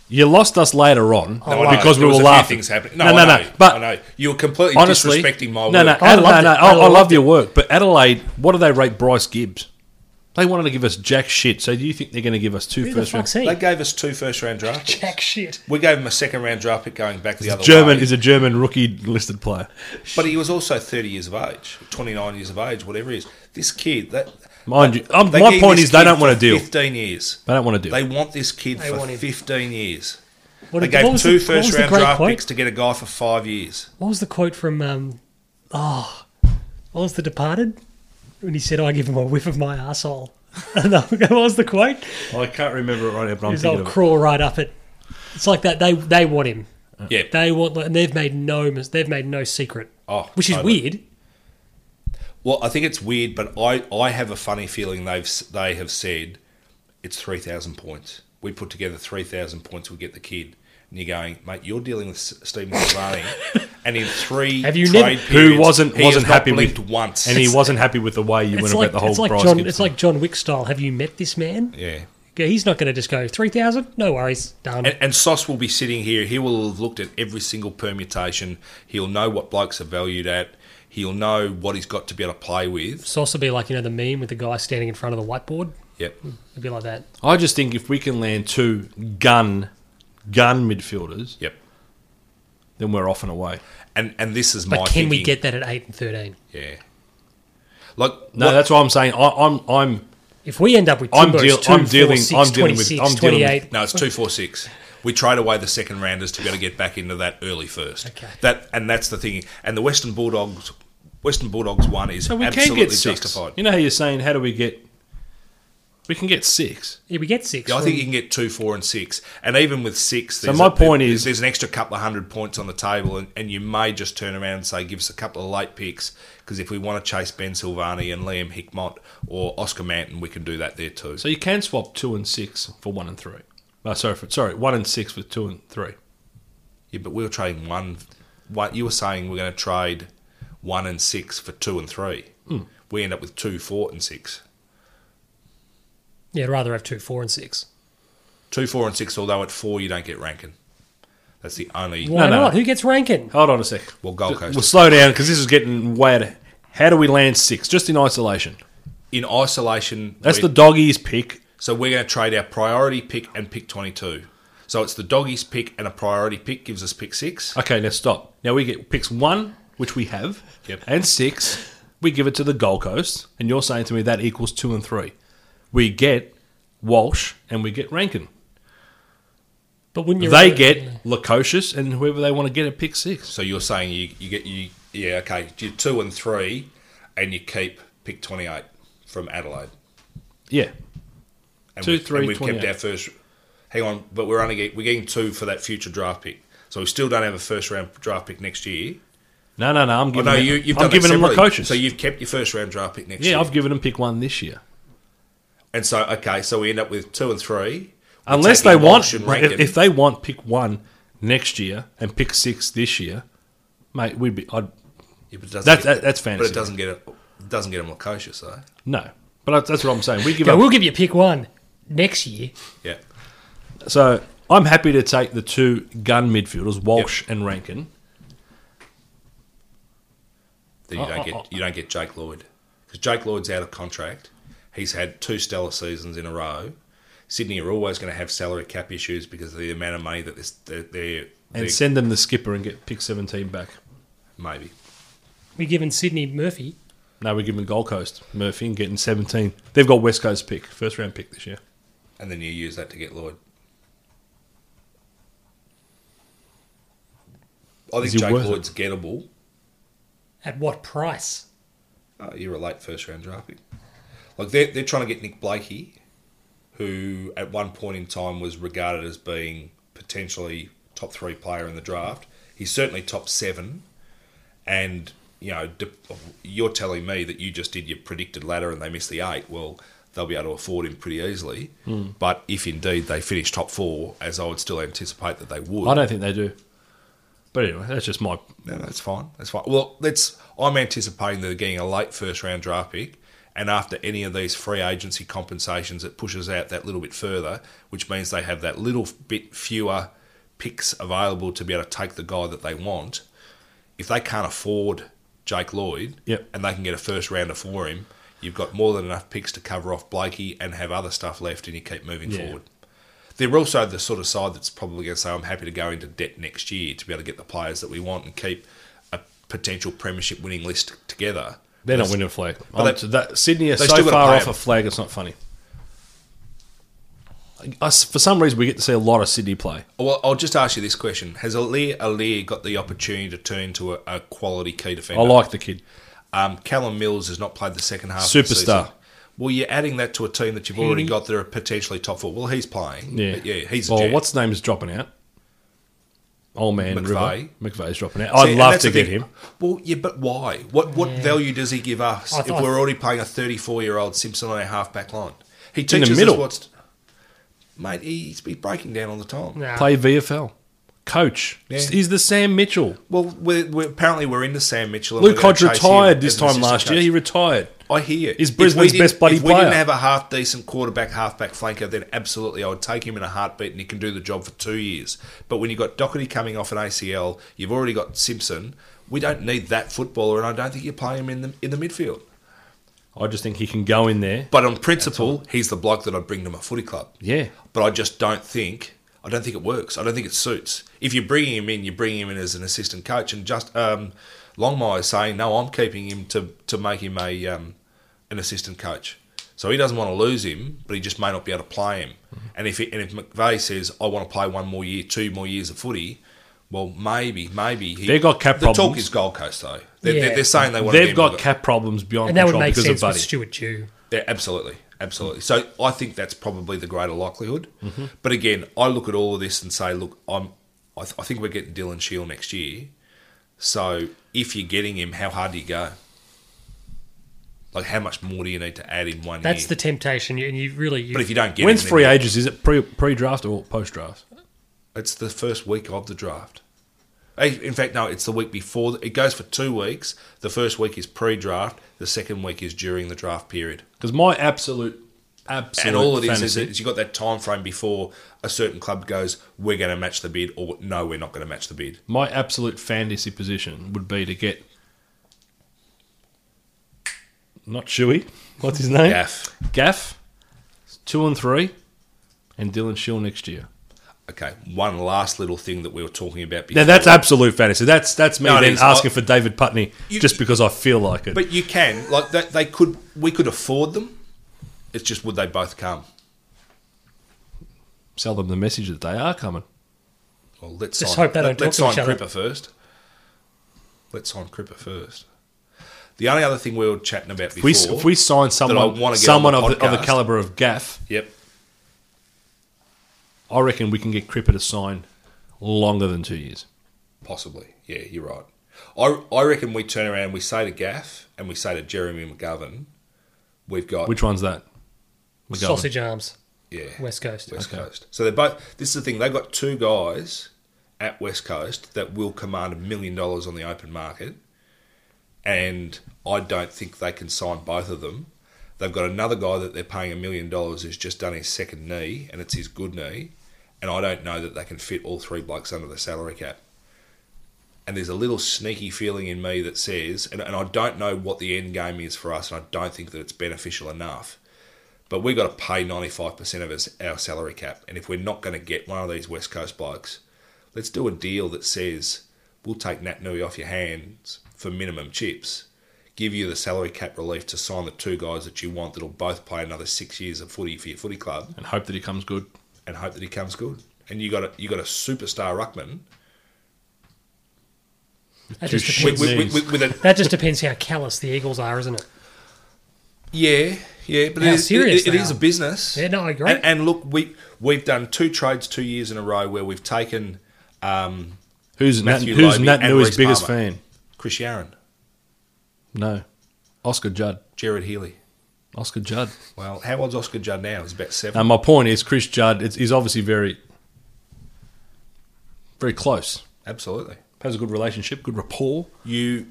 you lost us later on Oh, I know, because we there was were a few laughing. Things happening. No, I know, But I know. you were completely honestly, disrespecting my no, work. no, I Adela- loved it. no, I I, I loved love your work. But Adelaide, what do they rate Bryce Gibbs? They wanted to give us jack shit. So do you think they're going to give us two Who first the fuck's round? he? They gave us two first round draft picks. Jack shit. We gave him a second round draft pick going back the other German way. is a German rookie listed player. but he was also 30 years of age, 29 years of age, whatever he is. This kid, that Mind you, um, they my gave point this is they kid don't want for to deal. 15 years. They don't want to deal. They want this kid They for want him. 15 years. What, They did- what gave was two the, what was first the round great draft quote? picks to get a guy for five years. What was the quote from? Um, oh, what was the Departed when he said, "Oh, "I give him a whiff of my asshole." <laughs> what was the quote? I can't remember it right now, but I'm Is they'll crawl right up it. It's like that. They they want him. Yeah. They want, and they've made no mis- they've made no secret, Oh, which is totally. weird. Well, I think it's weird, but I, I have a funny feeling they've s- they have said it's three thousand points. We put together three thousand points, we get the kid. And you're going, mate, you're dealing with S- <laughs> Stephen Silvani, and in three Have you trade never- periods, Who wasn't- he wasn't has not happy with- blinked once. And he wasn't happy with the way you went It's about like the whole it's like Bryce John. Gibbs It's thing. like John Wick style. Have you met this man? <laughs> yeah. Yeah, He's not going to just go three thousand. No worries, done. And, and Sauce will be sitting here. He will have looked at every single permutation. He'll know what blokes are valued at. He'll know what he's got to be able to play with. So also be like you know the meme with the guy standing in front of the whiteboard. Yep. It'd be like that. I just think if we can land two gun gun midfielders, Yep. then we're off and away. And and this is But my can we thinking. get that at eight and thirteen? yeah. Like No, that's why I'm saying. I, I'm I'm If we end up with I'm Timbos, deal- 2 I'm 4, dealing- 6, I'm dealing with- 26, I'm dealing with- 28. No, it's two four six. We trade away the second rounders to be able to get back into that early first. Okay. That and that's the thing. And the Western Bulldogs, Western Bulldogs one is so we absolutely can get six. justified. You know how you're saying? How do we get? We can get six. Yeah, we get six. Yeah, I think from- you can get two, four, and six, and even with six. So my point is- there's an extra couple of hundred points on the table, and, and you may just turn around and say, give us a couple of late picks because if we want to chase Ben Silvani and Liam Hickmott or Oscar Manton, we can do that there too. So you can swap two and six for one and three. No, sorry, for, sorry, one and six for two and three. Yeah, but we were trading one. What you were saying, we're going to trade one and six for two and three. Hmm. We end up with two, four, and six. Yeah, I'd rather have two, four, and six. Two, four, and six. Although at four, you don't get ranking. That's the only. Why no. not? Who gets ranking? Hold on a sec. Well, Gold Coast. We'll slow down because this is getting way out. Of, how do we land six just in isolation? In isolation, That's we- the doggies pick. So we're going to trade our priority pick and pick twenty-two. So it's the doggies pick and a priority pick gives us pick six. Okay, now stop. Now we get picks one, which we have, Yep. and six. We give it to the Gold Coast, and you're saying to me that equals two and three. We get Walsh and we get Rankin. But wouldn't you? they rather- get Lacocious and whoever they want to get at pick six. So you're saying you, you get you yeah okay you two and three, and you keep pick twenty-eight from Adelaide. Yeah. and Two, we've, three, and we've kept 28. our first. Hang on, but we're only get, we're getting two for that future draft pick, so we still don't have a first round draft pick next year. No, no, no. I'm Oh, giving. no, them, you, you've I'm done giving that them separately. Lacocious. So you've kept your first round draft pick next yeah, year, I've given them pick one this year. and so okay, so we end up with two and three. We're Unless they taking want, Walsh and if, Rankin. if they want pick one next year and pick six this year, mate, we'd be. I'd, Yeah, but it doesn't That- get- that- that's fantasy. But it doesn't get it. Doesn't get him Lukosius, though. No, but that's what I'm saying. We give Yeah, up. we'll give you pick one next year. Yeah. So I'm happy to take the two gun midfielders, Walsh and Rankin. That you don't get you don't get Jake Lloyd because Jake Lloyd's out of contract. He's had two stellar seasons in a row. Sydney are always going to have salary cap issues because of the amount of money that this they're, they're, And they're- send them the skipper and get pick 17 back. maybe. We're giving Sydney Murphy. No, we're giving Gold Coast Murphy and getting 17. They've got West Coast pick, first round pick this year. And then you use that to get Lloyd. I think he Jake worth it? Lloyd's gettable. At what price? Oh, you're a late first round draft pick. Like they're they're trying to get Nick Blakey, who at one point in time was regarded as being potentially top three player in the draft. He's certainly top seven, and you know de- you're telling me that you just did your predicted ladder and they missed the eight. Well, they'll be able to afford him pretty easily. Hmm. But if indeed they finish top four, as I would still anticipate that they would, I don't think they do. But anyway, that's just my. no, that's fine. That's fine. Well, let's. I'm anticipating that they're getting a late first round draft pick, and after any of these free agency compensations, it pushes out that little bit further, which means they have that little bit fewer picks available to be able to take the guy that they want. If they can't afford Jake Lloyd, Yep. and they can get a first rounder for him, you've got more than enough picks to cover off Blakey and have other stuff left, and you keep moving Yeah. forward. They're also the sort of side that's probably going to say, I'm happy to go into debt next year to be able to get the players that we want and keep a potential premiership winning list together. They're not winning a flag. But I'm- they- that, Sydney are they so still gotta far pay off them. a flag, it's not funny. Us, for some reason, we get to see a lot of Sydney play. Well, I'll just ask you this question Has Alir Alir got the opportunity to turn to a, a quality key defender? I like the kid. um, Callum Mills has not played the second half. Of the Superstar. season. Well, you're adding that to a team that you've already got that are potentially top four. Well, he's playing. Yeah, But yeah he's a Well, jet. what's name is dropping out? Old man McVeigh. River McVeigh's dropping out. See, I'd and love that's to the get thing. him. Well, yeah, but why? What what value does he give us I if thought- we're already playing a 34 year old Simpson on our half back line? He teaches middle. us what's. Mate, he's be breaking down all the time. Nah. Play VFL. Coach. Yeah. He's the Sam Mitchell. Well, we're, we're, apparently we're into Sam Mitchell. and Luke we're gonna Hodge chase him retired this as an time assistant last year. coach. He retired. I hear. He's If we Brisbane's didn't- best bloody If we didn't player. have a half decent quarterback, halfback flanker, then absolutely I would take him in a heartbeat, and he can do the job for two years. But when you've got Doherty coming off an ACL, you've already got Simpson. We don't need that footballer, and I don't think you play him in the in the midfield. I just think he can go in there. But on principle, he's the bloke that I'd bring to my footy club. Yeah. But I just don't think I don't think it works. I don't think it suits. If you're bringing him in, you're bringing him in as an assistant coach, and just um, Longmire is saying no, I'm keeping him to to make him a um, an assistant coach. So he doesn't want to lose him, but he just may not be able to play him. Mm-hmm. And if it, and if McVeigh says I want to play one more year, two more years of footy. Well, maybe, maybe he, They've got cap The talk problems. is Gold Coast, though. They're, Yeah. they're, they're saying they want. to They've be got Gold- cap problems beyond and that would control make because sense of with Buddy. Stuart Jew. Yeah, absolutely, absolutely. So I think that's probably the greater likelihood. But again, I look at all of this and say, look, I'm, I, th- I think we're getting Dylan Shield next year. So if you're getting him, how hard do you go? Like, how much more do you need to add in one That's year? the temptation, you- and you really you, but if you don't get When's him, free then agents? Is it pre pre draft or post draft? it's the first week of the draft. Eh, In fact, no, it's the week before. It goes for two weeks. The first week is pre-draft. The second week is during the draft period. Because my absolute, absolute and all it is is, fantasy- is you got that time frame before a certain club goes, we're going to match the bid, or no, we're not going to match the bid. my absolute fantasy position would be to get not Shuey. What's his name? Gaff. Gaff. Two and three, and Dylan Shill next year. Okay, one last little thing that we were talking about. Before. Now that's absolute fantasy. That's that's me No, it then is. asking I- for David Putney You- just because I feel like it. but you can like that. They could. We could afford them. It's just would they both come? Sell them the message that they are coming. Well, let's Just sign, hope they let, don't us talk sign to each other. Cripper first. Let's sign Cripper first. The only other thing we were chatting about before, If we, if we sign I someone wanna get someone on the of, the, of the podcast. caliber of Gaff, yep, I reckon we can get Cripper to sign longer than two years. Possibly. Yeah, you're right. I, I reckon we turn around, we say to Gaff and we say to Jeremy McGovern, we've got Which one's that? McGovern. sausage arms, yeah, West Coast. West Coast. So they're both. This is the thing. They've got two guys at West Coast that will command a million dollars on the open market, and I don't think they can sign both of them. They've got another guy that they're paying a million dollars who's just done his second knee, and it's his good knee, and I don't know that they can fit all three blokes under the salary cap. And there's a little sneaky feeling in me that says, and, and I don't know what the end game is for us, and I don't think that it's beneficial enough. But we've got to pay 95% of us our salary cap. And if we're not going to get one of these West Coast blokes, let's do a deal that says we'll take Nat Nui off your hands for minimum chips, give you the salary cap relief to sign the two guys that you want that'll both play another six years of footy for your footy club, and hope that he comes good. and hope that he comes good. And you got a, you got a superstar ruckman That Two just, shit depends, with, with, knees. with, with a that just depends how callous the Eagles are, isn't it? yeah yeah, but How it is, it- serious it they is a are. business. Yeah, no, I agree. And, and look, we we've done two trades two years in a row where we've taken um, Who's Matthew Nat, who's Lobe Nat and Nui's Reece biggest Palmer. fan? Chris Yaron, No, Oscar Judd. Jared Healy. Oscar Judd. Well, how old's Oscar Judd now? He's about seven. Now, my point is, Chris Judd is, is obviously very, very close. Absolutely. Has a good relationship, good rapport. you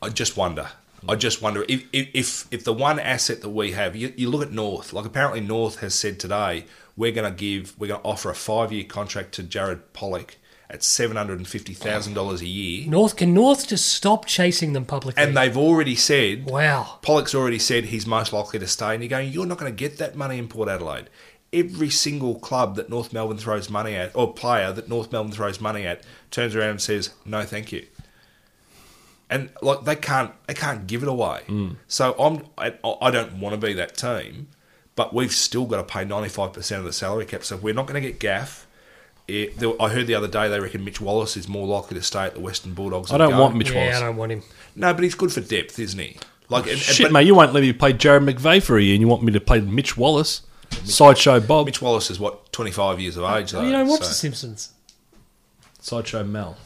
i just wonder i just wonder if if- if if the one asset that we have you, you look at north like apparently north has said today we're going to give we're going to offer a five year contract to jared pollock at $750000 a year North can North just stop chasing them publicly? and they've already said wow. Pollock's already said he's most likely to stay, and you're going, you're not going to get that money in Port Adelaide. Every single club that North Melbourne throws money at, or player that North Melbourne throws money at, turns around and says, no, thank you. And like they can't, they can't give it away. Mm. So I'm, I, I don't want to be that team, but we've still got to pay 95% of the salary cap. So if we're not going to get gaff. It, there- I heard the other day they reckon Mitch Wallace is more likely to stay at the Western Bulldogs. I than don't go. want Mitch yeah, I Wallace. don't want him. No, but he's good for depth, isn't he? Like, and, and- Shit, but- mate, you won't let me play Jared McVeigh for a year, and you want me to play Mitch Wallace, sideshow Bob, Mitch Wallace is what twenty five years of age though. oh, you don't watch so, The Simpsons. sideshow Mel.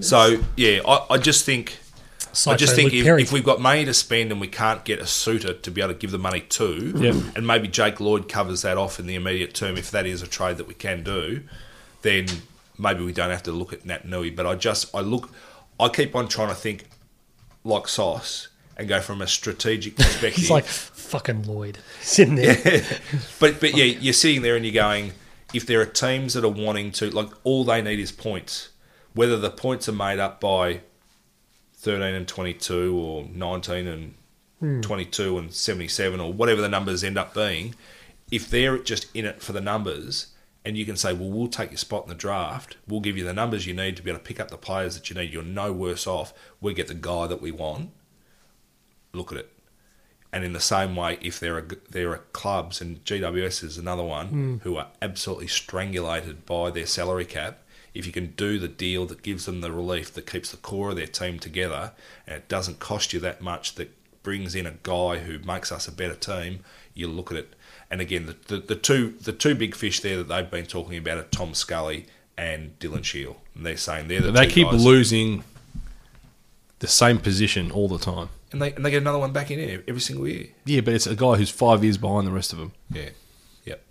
so yeah, I, I just think I just Psycho think Luke if, Perry. if we've got money to spend and we can't get a suitor to be able to give the money to, Yep. and maybe Jake Lloyd covers that off in the immediate term if that is a trade that we can do, then maybe we don't have to look at Nat Nui. But I just I look I keep on trying to think like sauce and go from <laughs> a strategic perspective. It's like fucking Lloyd <laughs> sitting there. But but yeah, you're sitting there and you're going, if there are teams that are wanting to like all they need is points. Whether the points are made up by thirteen and twenty two or nineteen and twenty two and seventy seven or whatever the numbers end up being, if they're just in it for the numbers and you can say, Well, we'll take your spot in the draft, we'll give you the numbers you need to be able to pick up the players that you need, you're no worse off, we get the guy that we want. Look at it. And in the same way, if there are there are clubs and GWS is another one who are absolutely strangulated by their salary cap, if you can do the deal that gives them the relief that keeps the core of their team together and it doesn't cost you that much, that brings in a guy who makes us a better team, you look at it. And again, the, the, the two the two big fish there that they've been talking about are Tom Scully and Dylan Shield. And they're saying they're the They two keep guys- losing the same position all the time. and they and they get another one back in here every single year. Yeah, but it's a guy who's five years behind the rest of them. Yeah, yep,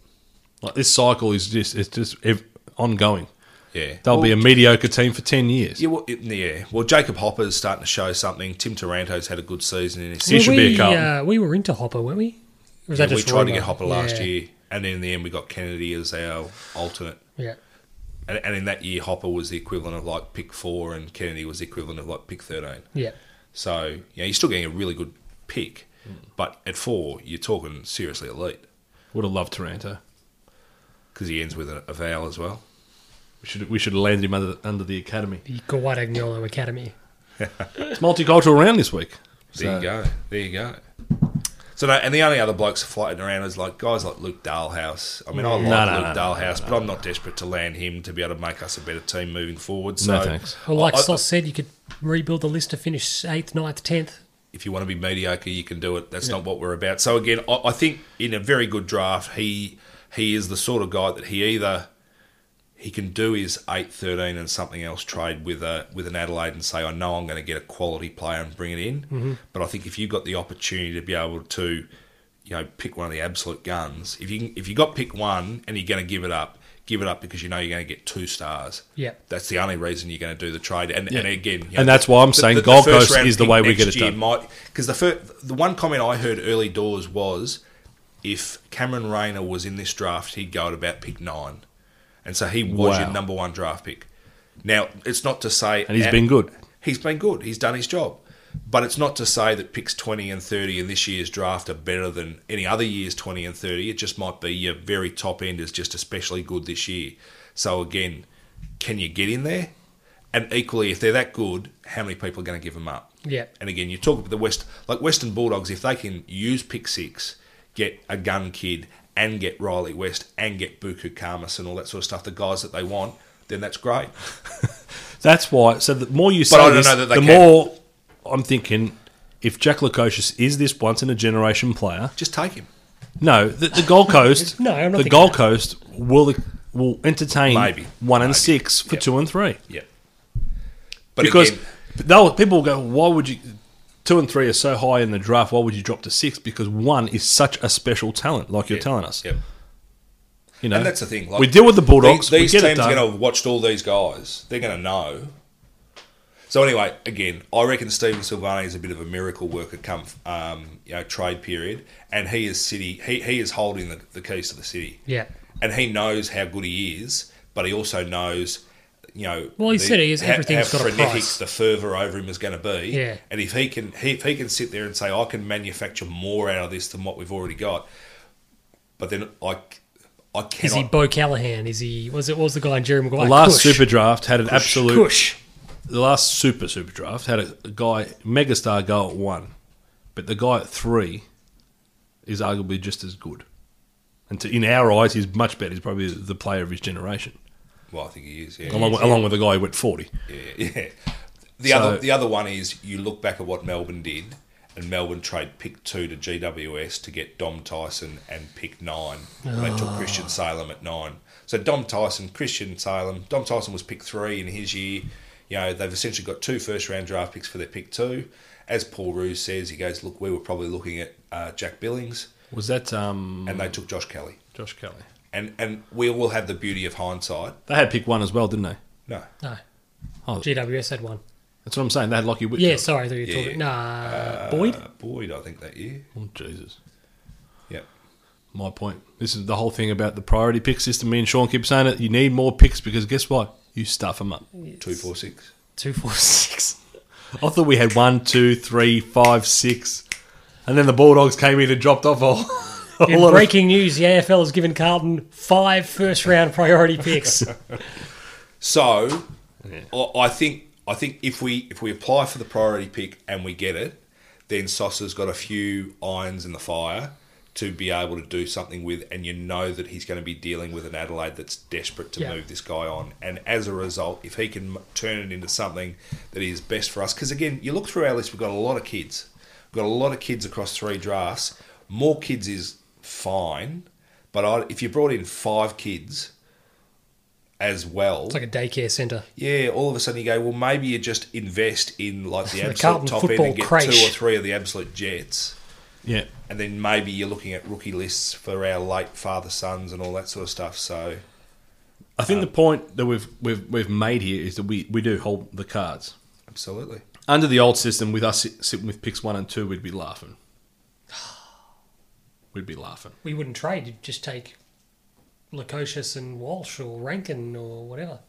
Like this cycle is just it's just ev- ongoing. yeah. They'll be a mediocre team for ten years. Yeah, well, it- yeah. Well, Jacob Hopper's starting to show something. Tim Taranto's had a good season in his. He should we, be a Carlton. Uh, we were into Hopper, weren't we? Or was Yeah, that we just tried to rumour? get Hopper last Yeah, year, and then in the end we got Kennedy as our alternate. Yeah. And, and in that year, Hopper was the equivalent of like pick four, and Kennedy was the equivalent of like pick thirteen. Yeah. So yeah, you're still getting a really good pick, Hmm. but at four, you're talking seriously elite Would have loved Taranto. because he ends with a, a vowel as well. We should we should have landed him under, under the academy. The Guadagnolo Academy. It's multicultural round this week. There So- you go. There you go. So no, and the only other blokes floating around is like guys like Luke Dalhouse. I mean, I like Mm. No, no, Luke no, Dalhouse, but I'm not desperate to land him to be able to make us a better team moving forward. So No thanks. Well, like I- I- Sauce said, you could rebuild the list to finish 8th, ninth, 10th. if you want to be mediocre, you can do it. That's not what we're about. So again, I, I think in a very good draft, he he is the sort of guy that he either he can do his 8 13 and something else trade with a with an Adelaide and say I know I'm going to get a quality player and bring it in Mm-hmm. but I think if you've got the opportunity to be able to you know pick one of the absolute guns if you can, if you got pick one and you're going to give it up give it up because you know you're going to get two stars. Yeah. That's the only reason you're going to do the trade. And, and again, you And that's why I'm saying Gold first Coast round is the pick way we next get it year done. Might because the fir- the one comment I heard early doors was if Cameron Rayner was in this draft, he'd go at about pick nine, and so he was Wow. your number one draft pick. Now it's not to say And he's at- been good. He's been good. He's done his job. But it's not to say that picks 20 and 30 in this year's draft are better than any other year's 20 and 30. It just might be your very top end is just especially good this year. So, again, can you get in there? And equally, if they're that good, how many people are going to give them up? Yeah. And again, you talk about the West, like Western Bulldogs, if they can use pick six, get a gun kid, and get Riley West, and get Buku Karmas and all that sort of stuff, the guys that they want, then that's great. That's why. So the more you say I don't this, know that they the can. more I'm thinking. If Jack Lukosius is this once in a generation player, Just take him. no, the, the <laughs> Gold Coast, No, I'm not the thinking Gold that. Coast will will entertain Maybe. one and Maybe. six for Yep. two and three Yeah. But because again, they'll, people will go, why would you? Two and three are so high in the draft. Why would you drop to six? Because one is such a special talent, like you're Yeah. telling us. Yep. You know, and that's the thing. Like, we deal with the Bulldogs. These, these we get teams it are done. going to have watched all these guys. They're going to know. So anyway, again, I reckon Stephen Silvani is a bit of a miracle worker come um, you know, trade period, and he is city. He, he is holding the, the keys to the city. Yeah. and he knows how good he is, but he also knows, you know, Well, he the- said he is. how- Everything's how got a frenetic price. the fervor over him is going to be. Yeah. and if he can, he, if he can sit there and say, I can manufacture more out of this than what we've already got, but then I, I cannot. Is he Bo Callahan? Is he? Was it? what Was the guy in Jerry Maguire? The last Cush. super draft had an absolute. Cush. The last super super draft had a, a guy megastar go at one, but the guy at three is arguably just as good. And to, in our eyes, he's much better. He's probably the player of his generation, Well, I think he is. Yeah, along, with- along with the guy who went forty. yeah, <laughs> yeah. The So- other the other one is you look back at what Melbourne did, and Melbourne trade pick two to GWS to get Dom Tyson and pick nine. And They took Christian Salem at nine. So Dom Tyson, Christian Salem, Dom Tyson was pick three in his year. You know they've essentially got two first round draft picks for their pick two. As Paul Roos says, he goes, "Look, we were probably looking at uh, Jack Billings, Was that um, and they took Josh Kelly." Josh Kelly? And and we all have the beauty of hindsight. They had pick one as well, didn't they? No, No. Oh. GWS had one. That's what I'm saying. They had Lockie Whitfield. Yeah, sorry, I thought you were Yeah, talking. yeah. Nah, Boyd. Uh, Boyd, I think that year. Oh, Jesus. Yep. My point. This is the whole thing about the priority pick system. Me and Sean keep saying it. You need more picks because guess what? You stuff them up. Two, four, six. Two, four, six. I thought we had one, two, three, five, six, and then the Bulldogs came in and dropped off <laughs> a, a In lot of. breaking news, the AFL has given Carlton five first-round priority picks. So, I I think I think if we if we apply for the priority pick and we get it, then Sosa's got a few irons in the fire to be able to do something with, and you know that he's going to be dealing with an Adelaide that's desperate to Yeah. move this guy on, and as a result, if he can m- turn it into something that is best for us, because again, you look through our list, we've got a lot of kids, we've got a lot of kids across three drafts. More kids is fine, but I, if you brought in five kids as well, It's like a daycare centre. yeah, all of a sudden you go, well, maybe you just invest in like <laughs> the The absolute Carlton top end football and get crèche. two or three of the absolute jets, Yeah. and then maybe you're looking at rookie lists for our late father sons and all that sort of stuff. So I think the point that we've, we've, we've made here is that we, we do hold the cards. absolutely, Under the old system, with us sit- sitting with picks one and two, we'd be laughing. We'd be laughing. We wouldn't trade. You'd just take Lukosius and Walsh or Rankin or whatever.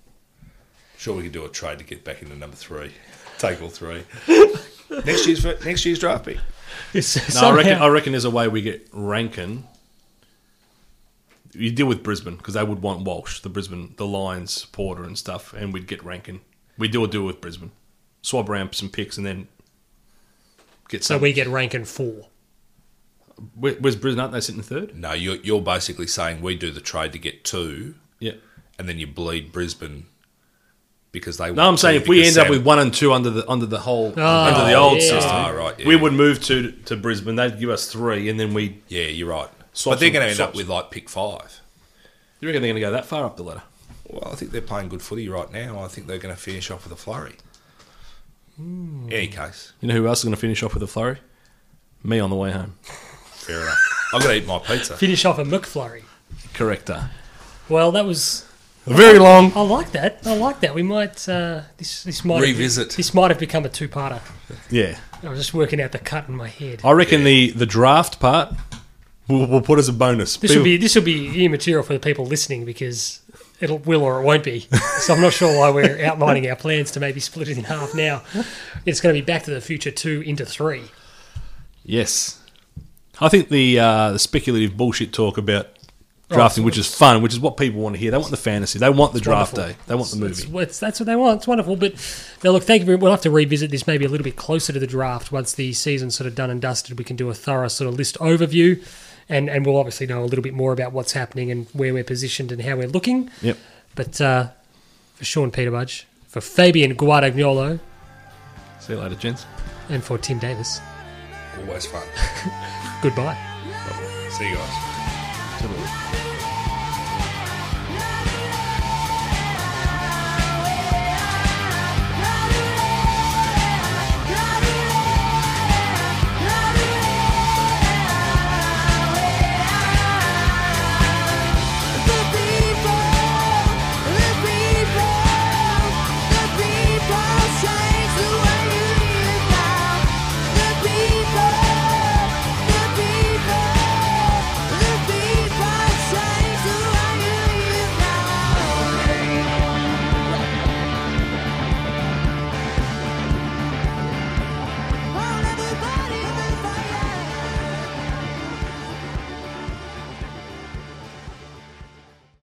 sure we could do a trade to get back into number three, <laughs> take all three. <laughs> next year's next year's draft pick. No, I reckon. I reckon there's a way we get Rankin. You deal with Brisbane because they would want Walsh, the Brisbane, the Lions, Porter, and stuff, and we'd get Rankin. We do a deal with Brisbane, swab around some picks, and then get so some. we get Rankin four. Where, where's Brisbane? Aren't they sitting third? No, you're you're basically saying we do the trade to get two, Yeah. and then you bleed Brisbane because they. No, I'm saying if we end up with one and two under the under the whole under the old Oh, yeah. system, Ah, right, yeah. we would move two to Brisbane. They'd give us three, and then we. yeah, you're right. Swaps but they're and- going to end up swaps. with like pick five. You reckon they're going to go that far up the ladder? Well, I think they're playing good footy right now. I think they're going to finish off with a flurry. In any case, You know who else is going to finish off with a flurry? Me on the way home. fair enough. I'm going to eat my pizza. Finish off a McFlurry. Corrector. Well, that was. Very long. I like that. I like that. We might uh, this this might have- Revisit. this might have become a two-parter. Yeah. I was just working out the cut in my head. I reckon the, the draft part we'll, we'll put as a bonus. This will be this will be immaterial for the people listening because it'll will or it won't be. So I'm not sure why we're outlining our plans to maybe split it in half now. It's going to be Back to the Future two into three. Yes. I think the uh, the speculative bullshit talk about Oh, drafting, which is fun, which is what people want to hear. They want the fantasy. They want the draft wonderful. day. They want the It's, movie. it's, that's what they want. It's wonderful. But now, look, thank you. very- We'll have to revisit this maybe a little bit closer to the draft once the season's sort of done and dusted. We can do a thorough sort of list overview, and and we'll obviously know a little bit more about what's happening and where we're positioned and how we're looking. Yep. But uh, for Sean Peterbudge, for Fabian Guadagnolo, See you later, gents. and for Tim Davis, Always fun. <laughs> goodbye. See you guys. Thank